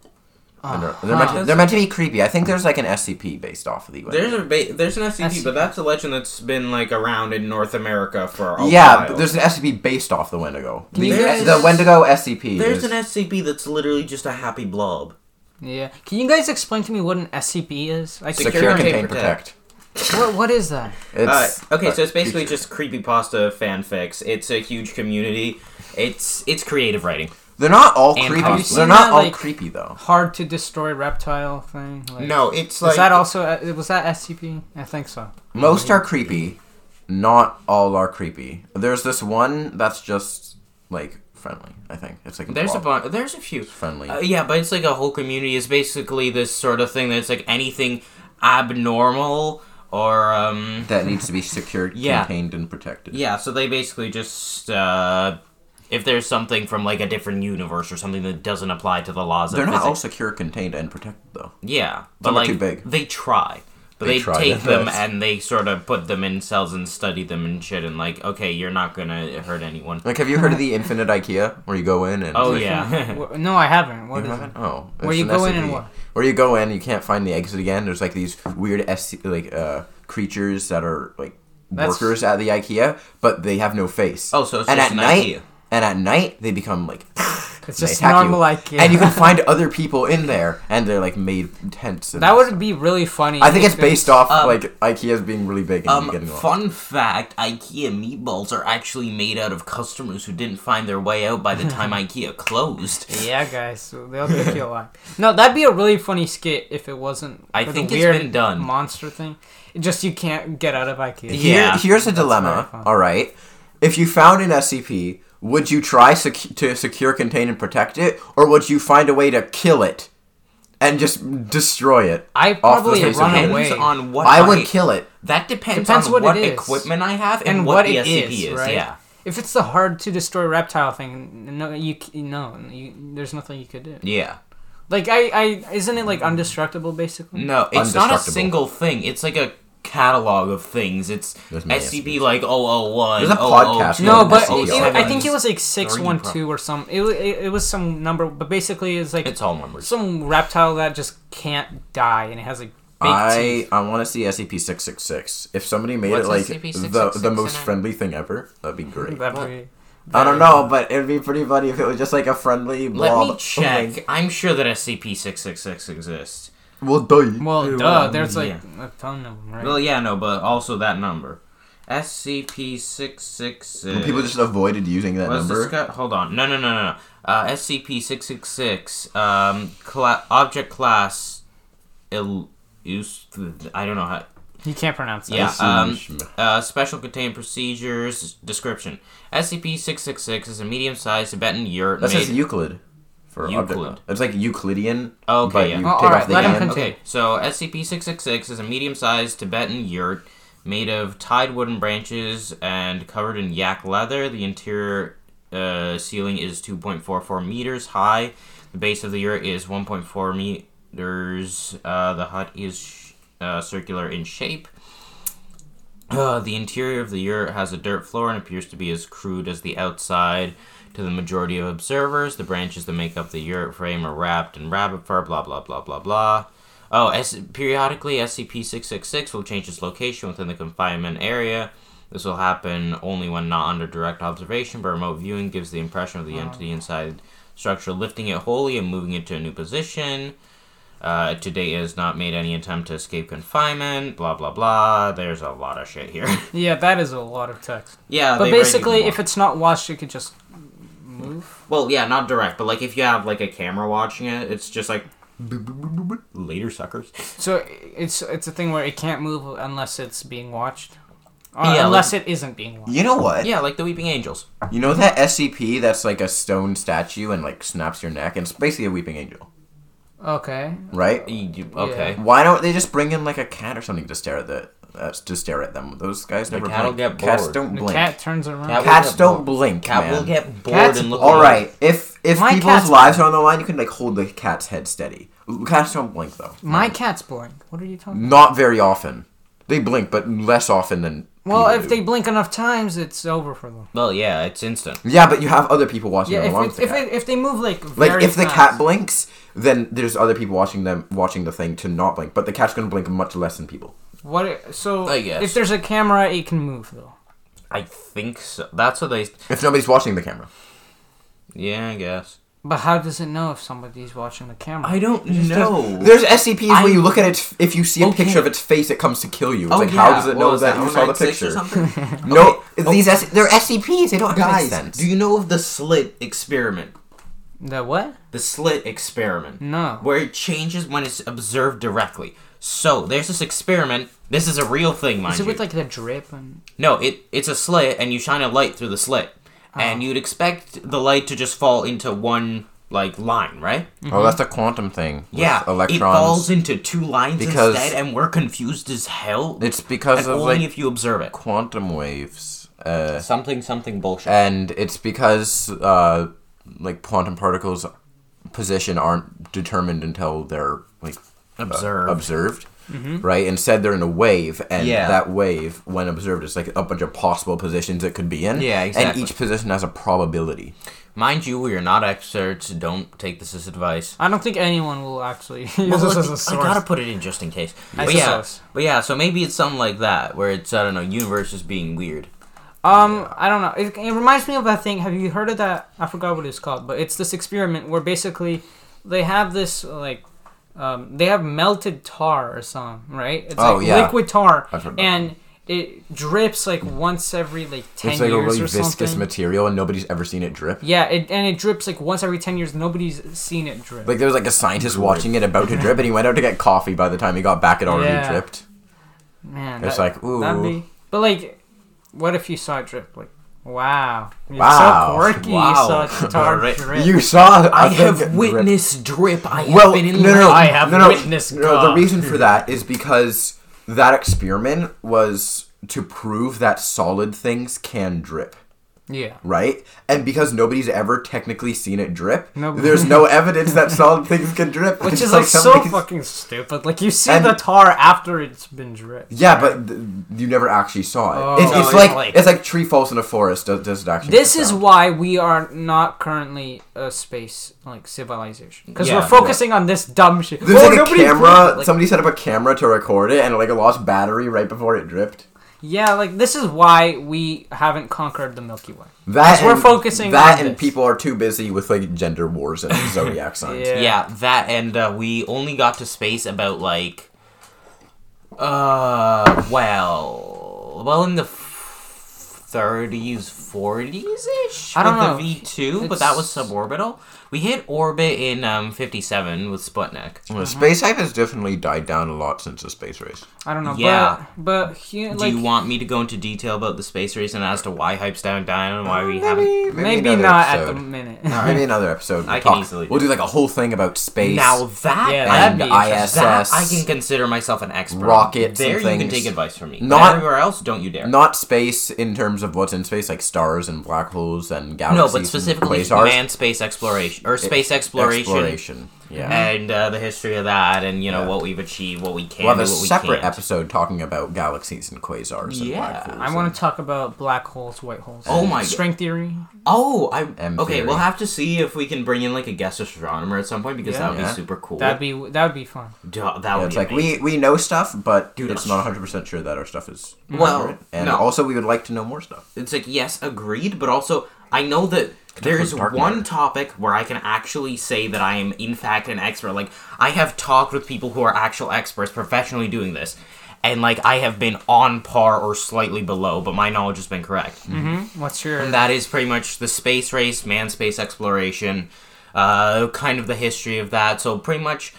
C: Ah,
A: And they're, they're meant to, they're meant to be creepy. I think there's like an SCP based off of the.
C: There's a ba- there's an SCP,
B: SCP.
C: but that's a legend that's been like around in North America for a
A: yeah,
C: while.
A: but there's an SCP based off the Wendigo. The,
B: you guys-
A: the Wendigo SCP.
C: there's
A: is-
C: an SCP that's literally just a happy blob.
B: Yeah. Can you guys explain to me what an SCP is? I
C: Secure
A: secure,
C: and
A: contain,
C: contain,
A: protect.
B: what, what is that?
C: Uh,
A: It's
C: okay,
A: a
C: so it's basically
A: creature.
C: just creepypasta fanfics. It's a huge community. It's it's creative writing.
A: they're not all
C: And
A: creepy.
C: possible.
A: They're
B: Seen
A: not
B: that,
A: all
B: like-
A: creepy though.
B: Hard to destroy reptile thing. Like,
C: No, it's
B: Was
C: like
B: that also uh, was that SCP? I think so.
A: Most are creepy. Not all are creepy. There's this one that's just like friendly. I think it's like
C: There's a
A: blob.
C: bunch. There's a few.
A: friendly.
C: Uh, yeah, but it's like a whole community is basically this sort of thing that's like anything abnormal or um
A: that needs to be secured,
C: Yeah.
A: contained, and protected.
C: Yeah, so they basically just uh, if there's something from like a different universe or something that doesn't apply to the laws
A: They're
C: of
A: not
C: physics.
A: all secure, contained, and protected though.
C: yeah,
A: Some
C: but
A: are
C: like
A: too big.
C: they try. But
A: They
C: they,
A: try
C: take
A: their
C: them
A: best.
C: and they sort of put them in cells and study them and shit and like, okay, you're not gonna hurt anyone.
A: Like, have you heard of the Infinite IKEA, where you go in and?
C: Oh
A: it's like-
C: yeah.
B: Wh- no, I haven't. What is it?
A: Oh,
B: Where
A: it's an
B: you go in
A: SCP.
B: and what?
A: Where you go in, you can't find the exit again. There's like these weird SC- like uh, creatures that are like
B: That's-
A: workers at the IKEA, but they have no face.
C: Oh, so it's
A: and at
C: just an
A: night,
C: IKEA.
A: and at night they become like
B: It's
A: they
B: just
A: attack
B: normal IKEA.
A: and you can find other people in there, and they're like made tents. And
B: That would be really funny.
A: I think
B: if
A: it's based off
B: there's-
C: Um,
A: like IKEA's being really big and you
C: Um,
A: getting lost.
C: fun fact: IKEA meatballs are actually made out of customers who didn't find their way out by the time IKEA closed.
B: Yeah, guys, so they'll take you alive. No, that'd be a really funny skit if it wasn't.
C: I
B: for the
C: think it's
B: weird
C: been done.
B: Monster thing. It just you can't get out of IKEA.
A: Here,
C: Yeah.
A: here's a
B: very
A: dilemma.
B: fun.
A: All right, if you found an SCP, would you try sec- to secure, contain, and protect it, or would you find a way to kill it and just destroy it?
B: I
A: off the
B: probably
A: face of
B: run
A: the
C: Depends
A: earth?
B: away.
C: on what
A: I would
C: I-
A: kill it.
C: That depends,
B: Depends
C: on
B: what
C: what,
B: it is.
C: equipment I have and,
B: and
C: what,
B: what
C: the
B: it
C: SCP
B: is,
C: is.
B: right?
C: Yeah.
B: If it's the hard to destroy reptile thing, no, you c- no, you, there's nothing you could do.
C: Yeah.
B: Like I, I isn't it like undestructible basically?
C: No, it's not a
A: Undestructible.
C: single thing. It's like a catalog of things. It's
A: There's many
C: SCP like oh, 001.
A: There's a
C: 002,
A: podcast
B: No,
A: Yeah,
B: but
A: that's
B: it,
A: all
B: it-
A: you
B: I
A: have.
B: think it was like six one
C: Three
B: two or some. It, wa- it it was some number, but basically it's like
C: It's all numbers.
B: some reptile that just can't die and it has like big
A: I
B: teeth.
A: I want to see SCP six six six. If somebody made
C: What's
A: it like
C: SCP-666
A: the the most
C: and I-
A: friendly thing ever, that'd be great.
B: That pretty-
A: I don't know, but it'd be pretty funny if it was just like a friendly
C: Let
A: blob.
C: me check. I'm sure that SCP 666 exists.
A: Well, die.
B: Well,
A: um, Yeah.
B: duh. There's like
C: yeah.
B: a ton of them, right?
C: Well, yeah, no, but also that number. SCP 666.
A: People just avoided using that
C: Was
A: number.
C: discuss- hold on. No, no, no, no, no. Uh, SCP 666, um, cla- object class. Il- us- I don't know how.
B: you can't pronounce that.
C: Yeah. Um,
A: Isolation.
C: uh, special contained procedures description. SCP 666 is a medium sized Tibetan yurt.
A: That says
C: made-
A: Euclid. For object-
C: Euclid.
A: It's like Euclidean.
C: Okay,
A: but
C: yeah.
A: you
B: Oh,
A: take
B: alright,
A: off the
B: let him
A: and.
B: continue.
C: Okay, so SCP 666 is a medium sized Tibetan yurt made of tied wooden branches and covered in yak leather. The interior uh, ceiling is 2.44 meters high. The base of the yurt is 1.4 meters. Uh, the hut is sh- uh, circular in shape. Uh, the interior of the yurt has a dirt floor and appears to be as crude as the outside. To the majority of observers, the branches that make up the yurt frame are wrapped in rabbit fur, blah, blah, blah, blah, blah. Oh, S- periodically, SCP 666 will change its location within the confinement area. This will happen only when not under direct observation, but remote viewing gives the impression of the entity inside structure lifting it wholly and moving it to a new position. Uh, to date, it has not made any attempt to escape confinement. Blah blah blah. There's a lot of shit here.
B: Yeah, that is a lot of text.
C: yeah,
B: But
C: they raise
B: basically,
C: even
B: if
C: more.
B: it's not washed, it could just move.
C: well, yeah, not direct, but like if you have like a camera watching it, it's just like boop, boop, boop, boop, boop. later suckers.
B: So it's it's a thing where it can't move unless it's being watched, or
C: Yeah,
B: unless it isn't being watched.
A: You know what?
C: Yeah, like the Weeping Angels.
A: You know that SCP that's like a stone statue and like snaps your neck and it's basically a weeping angel,
B: Okay.
A: right?
C: You- you- Okay.
B: Yeah.
A: Why don't they just bring in like a cat or something to stare at the uh, to stare at them? Those guys never
C: cat'll
A: blink.
C: get
A: Cats
C: bored.
A: don't
B: The
A: blink.
B: cat turns around.
C: Cat-
A: Cats
C: will get
A: don't
C: bored.
A: blink,
C: Cat
A: man.
C: will get bored
B: Cats-
C: and look.
A: All
C: away.
A: right, if if
B: My cat's
A: people's lives are on the line, you can like hold the cat's head steady. Cats don't blink though.
B: My cat's blink. What are you talking?
A: Not very often. They blink, but less often than.
B: Well,
A: people
B: if
A: do.
B: they blink enough times, it's over for them.
C: Well, yeah, it's instant.
A: Yeah, but you have other people watching
B: Yeah,
A: them along
B: if
A: with
B: it,
A: the
B: if,
A: cat.
B: it, if they move like very
A: like if the
B: fast.
A: cat blinks, then there's other people watching them watching the thing to not blink, but the cat's gonna blink much less than people.
B: what? It, so
C: I guess.
B: if there's a camera, it can move though.
C: I think so. That's what they.
A: If nobody's watching the camera,
C: Yeah, I guess.
B: But how does it know if somebody's watching the camera?
C: I don't know.
A: there's SCPs
C: I-
A: where you look at it. If you see a
C: Okay.
A: picture of its face, it comes to kill you. It's
C: Oh,
A: like
C: yeah.
A: how does it
C: What
A: know
C: was
A: that, you saw the
C: 096 or
A: picture?
C: something? Oh.
A: No, these S- they're SCPs. They don't have
C: Guys,
A: sense.
C: do you know of the slit experiment?
B: The what?
C: The slit experiment.
B: No.
C: Where it changes when it's observed directly. So there's this experiment. This is a real thing, mind
B: Is it
C: you.
B: with like the drip and?
C: no, it it's a slit, and you shine a light through the slit,
B: Oh.
C: and you'd expect the light to just fall into one like line, right?
A: Oh, that's a quantum thing. with
C: yeah,
A: electrons.
C: it falls into two lines
A: Because-
C: instead, and we're confused as hell.
A: it's because
C: and
A: of
C: only
A: like
C: if you observe it.
A: quantum waves. Uh,
C: Something, something bullshit.
A: and it's because uh, like quantum particles position aren't determined until they're like uh,
C: Observed.
A: observed
B: Mm-hmm.
A: right instead they're in a wave and
C: Yeah.
A: that wave when observed is like a bunch of possible positions it could be in
C: Yeah, exactly.
A: and each position has a probability
C: Mind you, we are not experts. Don't take this as advice.
B: I don't think anyone will actually use
C: Well,
B: this
C: look,
B: as a
C: I
B: source.
C: gotta put it in just in case. but
B: As a
C: yeah,
B: source.
C: but yeah, so maybe it's something like that where it's I don't know, universe is being weird.
B: Um, I don't know. It, it reminds me of that thing. Have you heard of that? I forgot what it's called, but it's this experiment where basically they have this like. Um, they have melted tar or something, right? It's
A: Oh,
B: like
A: yeah.
B: liquid tar,
A: I've heard that.
B: and it drips like once every like ten
A: it's like a
B: years
A: really
B: or
A: viscous
B: something.
A: material and nobody's ever seen it drip
B: yeah, it, and it drips like once every ten years. Nobody's seen it drip.
A: like there was like a scientist watching it about to drip and he went out to get coffee by the time he got back it already
B: Yeah.
A: dripped
B: Man,
A: It's
B: that-
A: like,
B: that'd
A: ooh.
B: be. But like, what if you saw it drip? Like, Wow. You're
A: Wow.
B: so quirky.
C: Wow.
B: You saw guitar
C: Right.
B: drip.
A: You saw.
C: I
A: a
C: have
A: thing-
C: witnessed drip. I have
A: Well,
C: been in
A: no, no,
C: love. I have
A: no, no,
C: witnessed
A: no, The
C: God.
A: reason
B: Hmm.
A: for that is because that experiment was to prove that solid things can drip.
B: yeah.
A: right? And because nobody's ever technically seen it drip,
B: No.
A: there's no evidence that solid things can drip.
B: Which
A: It's
B: is like so
A: somebody's-
B: fucking stupid. Like you see
A: And-
B: the tar after it's been dripped.
A: Yeah, but th- you never actually saw it.
B: Oh.
A: it's,
B: No,
A: it's
C: it's
A: like,
C: like-
A: it's like tree falls in a forest. Does, does it actually?
B: This
A: drip
B: is
A: out.
B: why we are not currently a space like civilization because
C: Yeah,
B: we're focusing on this dumb shit.
A: There's
B: Oh,
A: like a
B: nobody
A: camera.
B: breathed. Like,
A: somebody set up a camera to record it, and it like lost battery right before it dripped.
B: yeah, like this is why we haven't conquered the Milky Way.
A: That
B: we're
A: and-
B: focusing
A: That
B: on
A: and
B: this.
A: people are too busy with like gender wars and zodiac signs.
B: Yeah.
C: yeah, that and uh, we only got to space about like, uh, well, well in the thirties, forties ish.
B: I don't know.
C: The V two, but
B: It's-
C: that was suborbital. We hit orbit in um, fifty seven with Sputnik.
A: Well, space hype has definitely died down a lot since the space race.
B: I don't know.
C: Yeah.
B: but but hu- like
C: Do you want me to go into detail about the space race and as to why hype's down down and why we haven't?
A: Maybe,
B: maybe
A: another
B: not at
A: episode.
B: the minute.
A: Maybe another episode. We'll
C: I can
A: talk-
C: easily do
A: We'll do like a whole thing about space.
C: Now that
B: Yeah,
A: that'd
C: that'd
A: be
C: be
A: interesting.
C: That
A: ISS,
C: I can consider myself an expert.
A: rockets and
C: There you can
A: things.
C: take advice from me.
A: Not-
C: Not everywhere else. Don't you dare.
A: not space in terms of what's in space, like stars and black holes and
C: no,
A: galaxies.
C: but specifically
A: and quasars.
C: manned space exploration or space exploration,
A: e-, Exploration. Yeah.
C: and uh, the history of that, and you know
A: Yeah.
C: what we've achieved, what we can,
A: We'll have
C: do,
A: a
C: what we
A: separate
C: can't.
A: episode talking about galaxies and quasars and
C: Yeah,
A: black holes.
B: I want to talk about black holes, white holes.
C: Oh my
B: String theory.
C: Oh, I
A: M
C: okay.
A: theory.
C: We'll have to see if we can bring in like a guest astronomer at some point because
B: Yeah.
C: that would
A: Yeah.
C: be super cool.
B: That'd be that would be fun.
C: Duh, that
A: Yeah,
C: would
A: it's
C: be
A: like
C: amazing.
A: we, we know stuff, but
C: Dude,
A: it's
C: us-
A: not 100% sure that our stuff is
C: Well,
A: accurate. And
C: no.
A: also, we would like to know more stuff.
C: It's like yes, agreed, but also I know that there is
A: dark
C: one
A: matter.
C: topic where I can actually say that I am in fact an expert. Like I have talked with people who are actual experts professionally doing this, and like I have been on par or slightly below, but my knowledge has been correct.
B: What's your
C: And Hmm? that is pretty much the space race, man space exploration, uh, kind of the history of that. So pretty much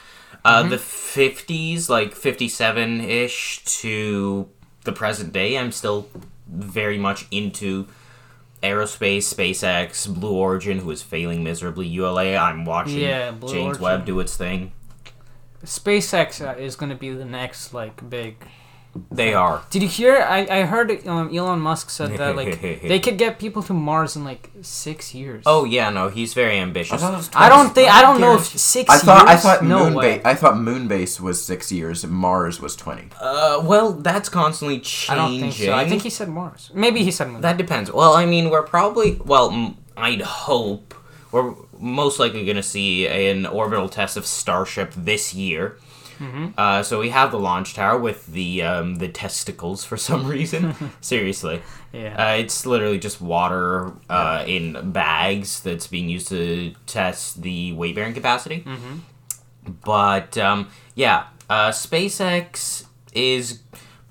C: uh,
B: Mm-hmm.
C: the 50s, like 57 ish to the present day, I'm still very much into aerospace, SpaceX, Blue Origin, who is failing miserably, ULA. I'm watching
B: Yeah, Blue
C: James
B: Origin.
C: Webb do its thing.
B: SpaceX uh, is going to be the next like big
C: They are.
B: Did you hear? I, I heard um, Elon Musk said that like they could get people to Mars in like six years.
C: Oh yeah, no, he's very ambitious.
B: I don't think I don't know if six.
A: I thought, I
B: years?
A: thought,
B: no
A: moon
B: way.
A: ba- I thought Moonbase was six years, Mars was 20.
C: Uh, well, that's constantly changing.
B: I don't think so. I think he said Mars. Maybe he said Moon.
C: That depends. Well, I mean, we're probably well. m- I'd hope we're most likely going to see an orbital test of Starship this year. Uh, so we have the launch tower with the um, the testicles for some reason. Seriously,
B: yeah.
C: uh, it's literally just water uh, in bags that's being used to test the weight bearing capacity.
B: Mm-hmm.
C: But um, yeah, uh, SpaceX is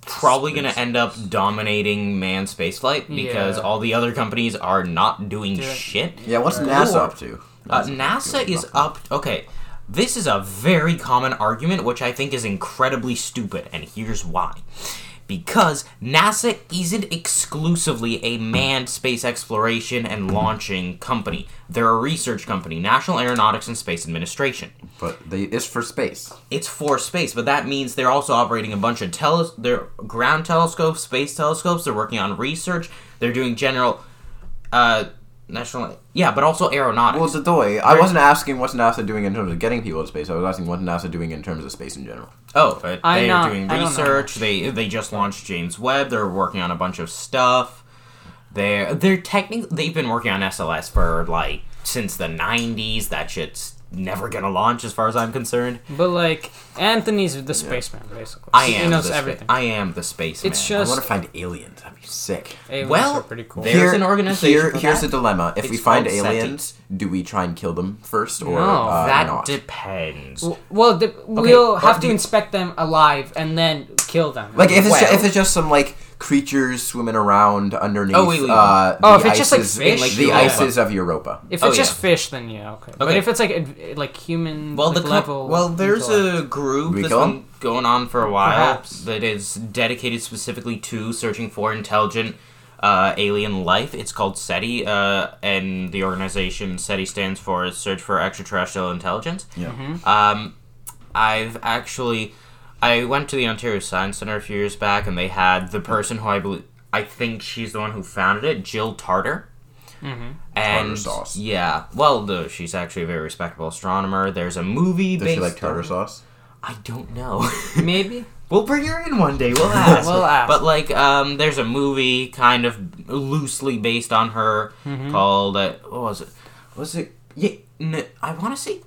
C: probably going to end up dominating manned spaceflight because
B: Yeah.
C: all the other companies are not doing
B: Doing-
C: shit.
A: Yeah, what's NASA up to?
C: Uh, NASA is up. Okay, this is a very common argument, which I think is incredibly stupid, and here's why. Because NASA isn't exclusively a manned space exploration and launching company. They're a research company, National Aeronautics and Space Administration
A: But they, it's for space.
C: it's for space, but that means they're also operating a bunch of tele- their ground telescopes, space telescopes. They're working on research. They're doing general, uh, national, yeah, but also aeronautics.
A: Well, Zadoy, I wasn't asking what's NASA doing in terms of getting people to space. I was asking what's NASA doing in terms of space in general.
C: oh, but
B: I
C: they're
B: know-
C: doing
B: I don't know
C: research. They they just launched James Webb. They're working on a bunch of stuff. They're they're technically they've been working on SLS for like since the '90s. That shit's never gonna launch, as far as I'm concerned.
B: but like Anthony's the spaceman basically.
C: I
B: He
C: am
B: knows
C: the spa-
B: everything.
C: I am the space.
B: It's
A: I
B: just-
A: want to find aliens. That'd be sick.
B: Aliens
C: well,
B: are pretty cool.
C: there- There's an organization
A: here-
C: for
A: here's
C: that.
A: the dilemma: if we
C: It's
A: find
C: called SETI.
A: aliens, do we try and kill them first, or
B: No,
A: uh,
C: that
A: not?
C: depends.
B: well, the, we'll
C: but
B: have to
C: you-
B: inspect them alive and then kill them.
A: like if it's ju-
C: Well-
A: if it's just some like creatures swimming around underneath.
C: Oh, wait, wait, wait.
A: Uh,
B: Oh,
A: the
B: if it's just, like,
A: ices-
B: fish? Like
A: the
C: Europa.
A: ices of Europa.
B: if it's
C: oh,
B: just
C: yeah.
B: fish, then yeah, okay. But
C: Okay.
B: if it's like ad- like human
C: Well,
B: like,
C: the co-
B: level,
C: well, there's
B: intellect.
C: a group
A: We
C: that's
A: go?
C: been going on for a while
B: Perhaps.
C: that is dedicated specifically to searching for intelligent uh, alien life. It's called SETI, uh, and the organization SETI stands for Search for Extraterrestrial Intelligence.
A: Yeah.
C: Um, I've actually, I went to the Ontario Science Center a few years back, and they had the person who I believe, I think she's the one who founded it, Jill Tarter. Mm-hmm. And
A: Tartar sauce.
C: yeah, well, the, she's actually a very respectable astronomer. There's a movie
A: Does
C: based
A: she like tartar
C: on-
A: sauce?
C: I don't know.
B: Maybe.
C: We'll bring her in one day. We'll ask.
B: We'll ask.
C: But like, um, there's a movie kind of loosely based on her
B: Mm-hmm.
C: called uh, what was it? Was it? Yeah, n I I want to say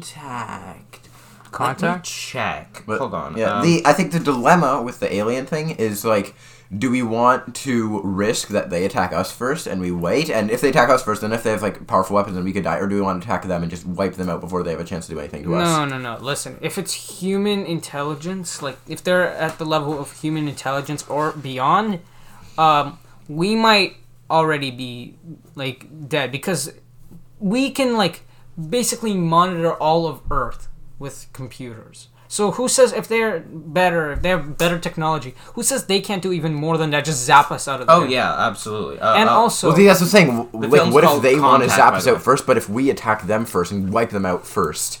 C: Contact. Let me
B: Contact?
C: check.
A: But-
C: Hold on.
A: Yeah,
C: um,
A: the I think the dilemma with the alien thing is like, do we want to risk that they attack us first and we wait? And if they attack us first, then if they have like powerful weapons, then we could die. Or do we want to attack them and just wipe them out before they have a chance to do anything to us?
B: No, no, no. Listen, if it's human intelligence, like if they're at the level of human intelligence or beyond, um, we might already be like dead because we can like basically monitor all of Earth with computers. So who says if they're better, if they have better technology, who says they can't do even more than that? Just zap us out of there.
C: oh yeah, absolutely. Uh,
B: And
C: uh,
B: also,
A: Well, see, that's the thing. w- Like,
C: film's
A: what if
C: called
A: they want to
C: Contact,
A: zap
C: by
A: us
C: the
A: out
C: way.
A: first? But if we attack them first and wipe them out first,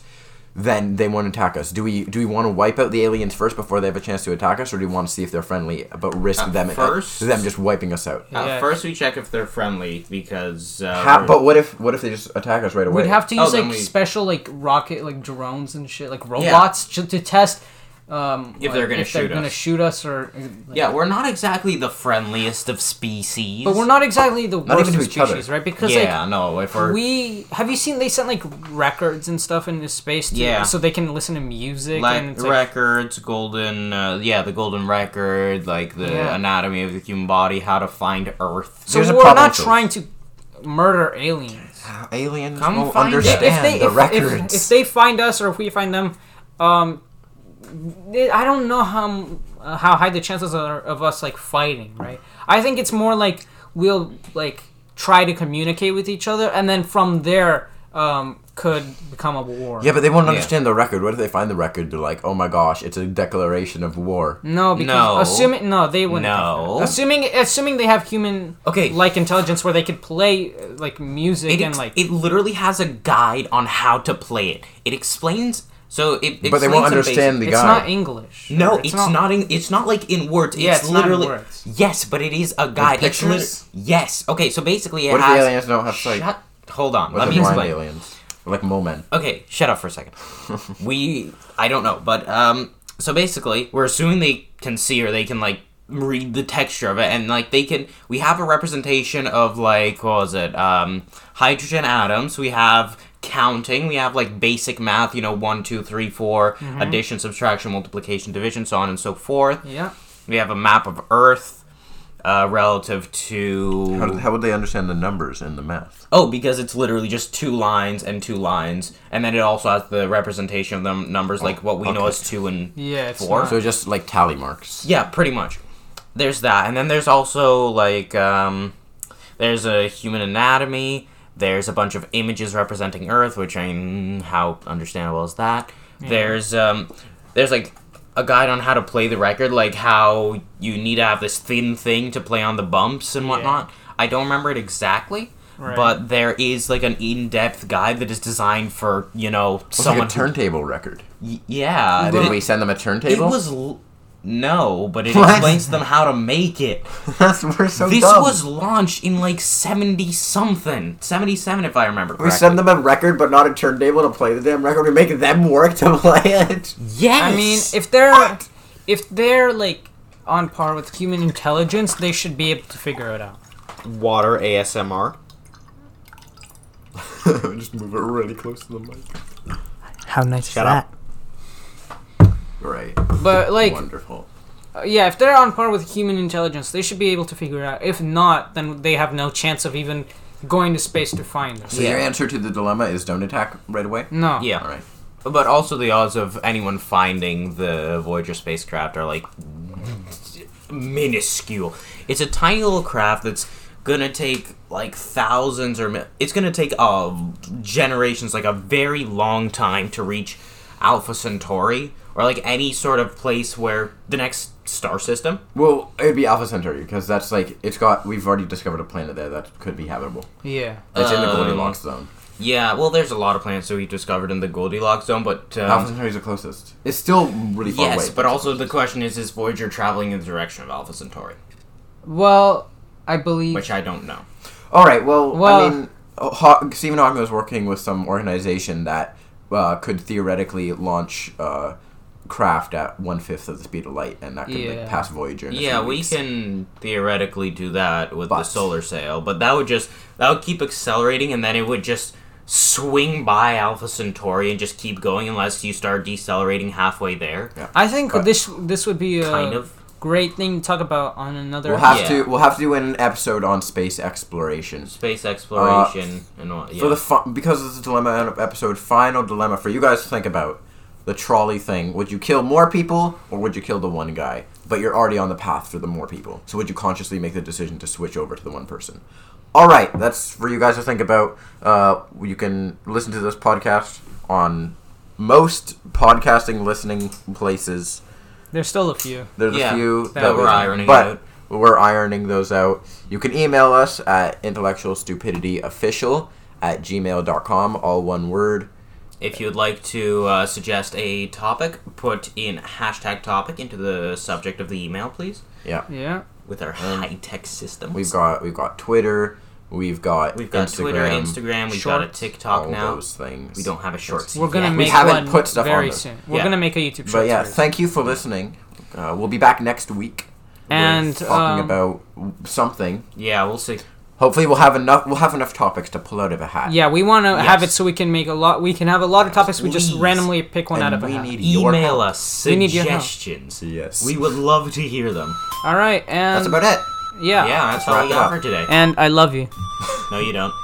A: then they won't attack us. Do we? Do we want to wipe out the aliens first before they have a chance to attack us, or do we want to see if they're friendly but risk
C: At
A: them
C: first?
A: them just wiping us out?
C: uh,
B: Yeah.
C: first we check if they're friendly because. Uh,
A: How,
C: we're-
A: but what if? What if they just attack us right away?
B: We'd have to
C: Oh,
B: use
C: then
B: like
C: we-
B: special like rocket like drones and shit like robots ju- to test um,
C: If
B: like,
C: they're gonna
B: if they're
C: shoot
B: gonna
C: us.
B: shoot us or like-
C: yeah, we're not exactly the friendliest of species.
B: But we're not exactly the
A: Not
B: worst
A: even
B: of
A: to each other.
B: species, right? Because
C: Yeah, no. If
B: like
C: we're
B: we have you seen they sent like records and stuff into space to,
C: Yeah.
B: so they can listen to music and
C: like
B: it's like,
C: records, golden, uh, yeah, the golden record, like the
B: Yeah.
C: anatomy of the human body, how to find Earth.
B: so
A: Here's a
B: we're
A: problem
B: not
A: too.
B: trying to murder aliens.
A: aliens
C: Come
A: won't
C: find it.
A: understand
B: if they
A: the
B: if,
A: records.
B: If, if they find us or if we find them, um, they- I don't know how m- uh, how high the chances are of us like fighting, right? I think it's more like we'll like try to communicate with each other, and then from there um, could become a war.
A: yeah, but they won't
C: Yeah.
A: understand the record. What if they find the record? They're like, oh my gosh, it's a declaration of war.
B: No, because
C: No.
B: assuming no, they wouldn't.
C: No.
B: Assuming assuming they have human
C: Okay.
B: like intelligence where they could play uh, like music
C: it,
B: and
C: ex-
B: like
C: it literally has a guide on how to play it. It explains. So it.
A: But they won't
C: explains some
A: understand the
B: it's
A: guy.
B: not English.
C: No, it's, not, in. It's not like in words.
B: Yeah, it's not in
C: literally.
B: words.
C: Yes, but it is a guide. It's lit-
A: pictures?
C: yes. Okay, so basically, it
A: What if the
C: has.
A: aliens don't have sight?
C: Shut. Hold on.
A: What
C: Let
A: if
C: me
A: they're blind
C: explain.
A: aliens? Like Momen.
C: okay, shut up for a second. we, I don't know, but um, so basically, we're assuming they can see or they can like read the texture of it, and like they can. We have a representation of like what was it? Um, hydrogen atoms. We have counting. We have like basic math. You know, one, two, three, four,
A: Mm-hmm.
C: addition, subtraction, multiplication, division, so on and so forth.
B: Yeah.
C: We have a map of Earth uh, relative to
A: How, how would they understand the numbers in the math?
C: Oh, because it's literally just two lines and two lines, and then it also has the representation of them numbers, like what we know
A: okay.
C: as two and
B: Yeah, it's
C: four.
B: not-
A: So just like tally marks.
C: yeah, pretty much. There's that, and then there's also like um, there's a human anatomy. There's a bunch of images representing Earth, which I mean, how understandable is that? There's um, there's like a guide on how to play the record, like how you need to have this thin thing to play on the bumps and whatnot. I don't remember it exactly.
B: Right.
C: But there is like an in-depth guide that is designed for you know
A: It's
C: someone
A: like a turntable record.
C: who, y- yeah.
A: Did
C: it-
A: we send them a
C: it
A: turntable?
C: was l- no, but it
A: What?
C: explains them how to make it.
A: That's, we're so
C: This
A: dumb.
C: was launched in like seventy something, seventy seven if I remember correctly.
A: we send them a record, but not a turntable to play the damn record. We make them work to play it.
C: yes.
B: I mean, if they're if they're like on par with human intelligence, they should be able to figure it out.
C: water ASMR.
A: Just move it really close to the mic.
B: How nice
C: Shut that? up.
A: Right.
B: But like,
A: Wonderful.
B: uh, yeah, if they're on par with human intelligence, they should be able to figure it out. If not, then they have no chance of even going to space to find us.
A: So your
C: Yeah.
A: answer to the dilemma is don't attack right away?
B: No.
C: Yeah.
A: All right.
C: But also the odds of anyone finding the Voyager spacecraft are like minuscule. It's a tiny little craft that's gonna take like thousands or mi- it's gonna take uh generations, like a very long time to reach Alpha Centauri or like any sort of place where the next star system.
A: Well, it'd be Alpha Centauri because that's like it's got. We've already discovered a planet there that could be habitable.
B: Yeah.
A: It's in the
C: Um,
A: Goldilocks zone.
C: Yeah, well, there's a lot of planets that we discovered in the Goldilocks zone, but
A: Alpha
C: um,
A: Centauri's the closest. It's still really far away.
C: yes, but also the question is: Is Voyager traveling in the direction of Alpha Centauri?
B: Well, I believe.
C: Which I don't know.
A: all right. Well, I
B: Well-
A: mean, Haw- Stephen Hawking was working with some organization that uh, could theoretically launch uh, craft at one fifth of the speed of light, and that could like,
B: Yeah.
A: pass Voyager. In a
C: Yeah,
A: few
C: we
A: weeks.
C: can theoretically do that with
A: But-
C: the solar sail, but that would just that would keep accelerating, and then it would just swing by Alpha Centauri and just keep going unless you start decelerating halfway there.
B: I think
A: But-
B: this this would be a
C: Kind of.
B: great thing to talk about on another.
A: We'll have
C: Yeah.
A: to. We'll have to do an episode on space exploration.
C: Space exploration and all. Yeah.
A: Uh, For the fi- because it's a dilemma episode, final dilemma for you guys to think about the trolley thing. Would you kill more people or would you kill the one guy? But you're already on the path for the more people. So would you consciously make the decision to switch over to the one person? All right, that's for you guys to think about. Uh, you can listen to this podcast on most podcasting listening places.
B: There's still a few.
A: There's
C: Yeah,
A: a few
C: that we're
A: was-
C: ironing
A: but
C: out.
A: We're ironing those out. You can email us at intellectualstupidityofficial at gmail.com, all one word.
C: if you'd like to uh, suggest a topic, put in hashtag topic into the subject of the email, please.
A: Yeah.
B: Yeah.
C: With our high tech systems,
A: We've got we've got Twitter, we've got
C: we've got
A: Instagram,
C: Twitter, Instagram, we've got a
B: Shorts,
C: TikTok
A: all
C: now.
A: those things.
C: We don't have a shorts.
B: We're gonna
C: yet.
B: make
A: haven't
B: one
A: put stuff on
B: very
A: them.
B: soon. We're
C: Yeah.
B: gonna make a YouTube.
A: But
B: short
A: yeah,
B: series.
A: thank you for listening. Uh, we'll be back next week
B: and
A: talking
B: um,
A: about something.
C: Yeah, we'll see.
A: Hopefully, we'll have enough. We'll have enough topics to pull out of a hat.
B: yeah, we want to have it
C: Yes.
B: so we can make a lot. We can have a lot of topics. We just
C: Please.
B: randomly pick one out
A: and
B: of a
A: we
B: hat.
A: need your
C: Email
A: help.
C: us
B: We need your help.
C: suggestions.
A: Yes.
C: We would love to hear them.
B: All right, and
A: That's about it.
B: yeah,
C: Yeah, that's
A: Uh, wrap
C: all we
A: it
C: got
A: up.
C: for today.
B: and I love you.
C: No, you don't.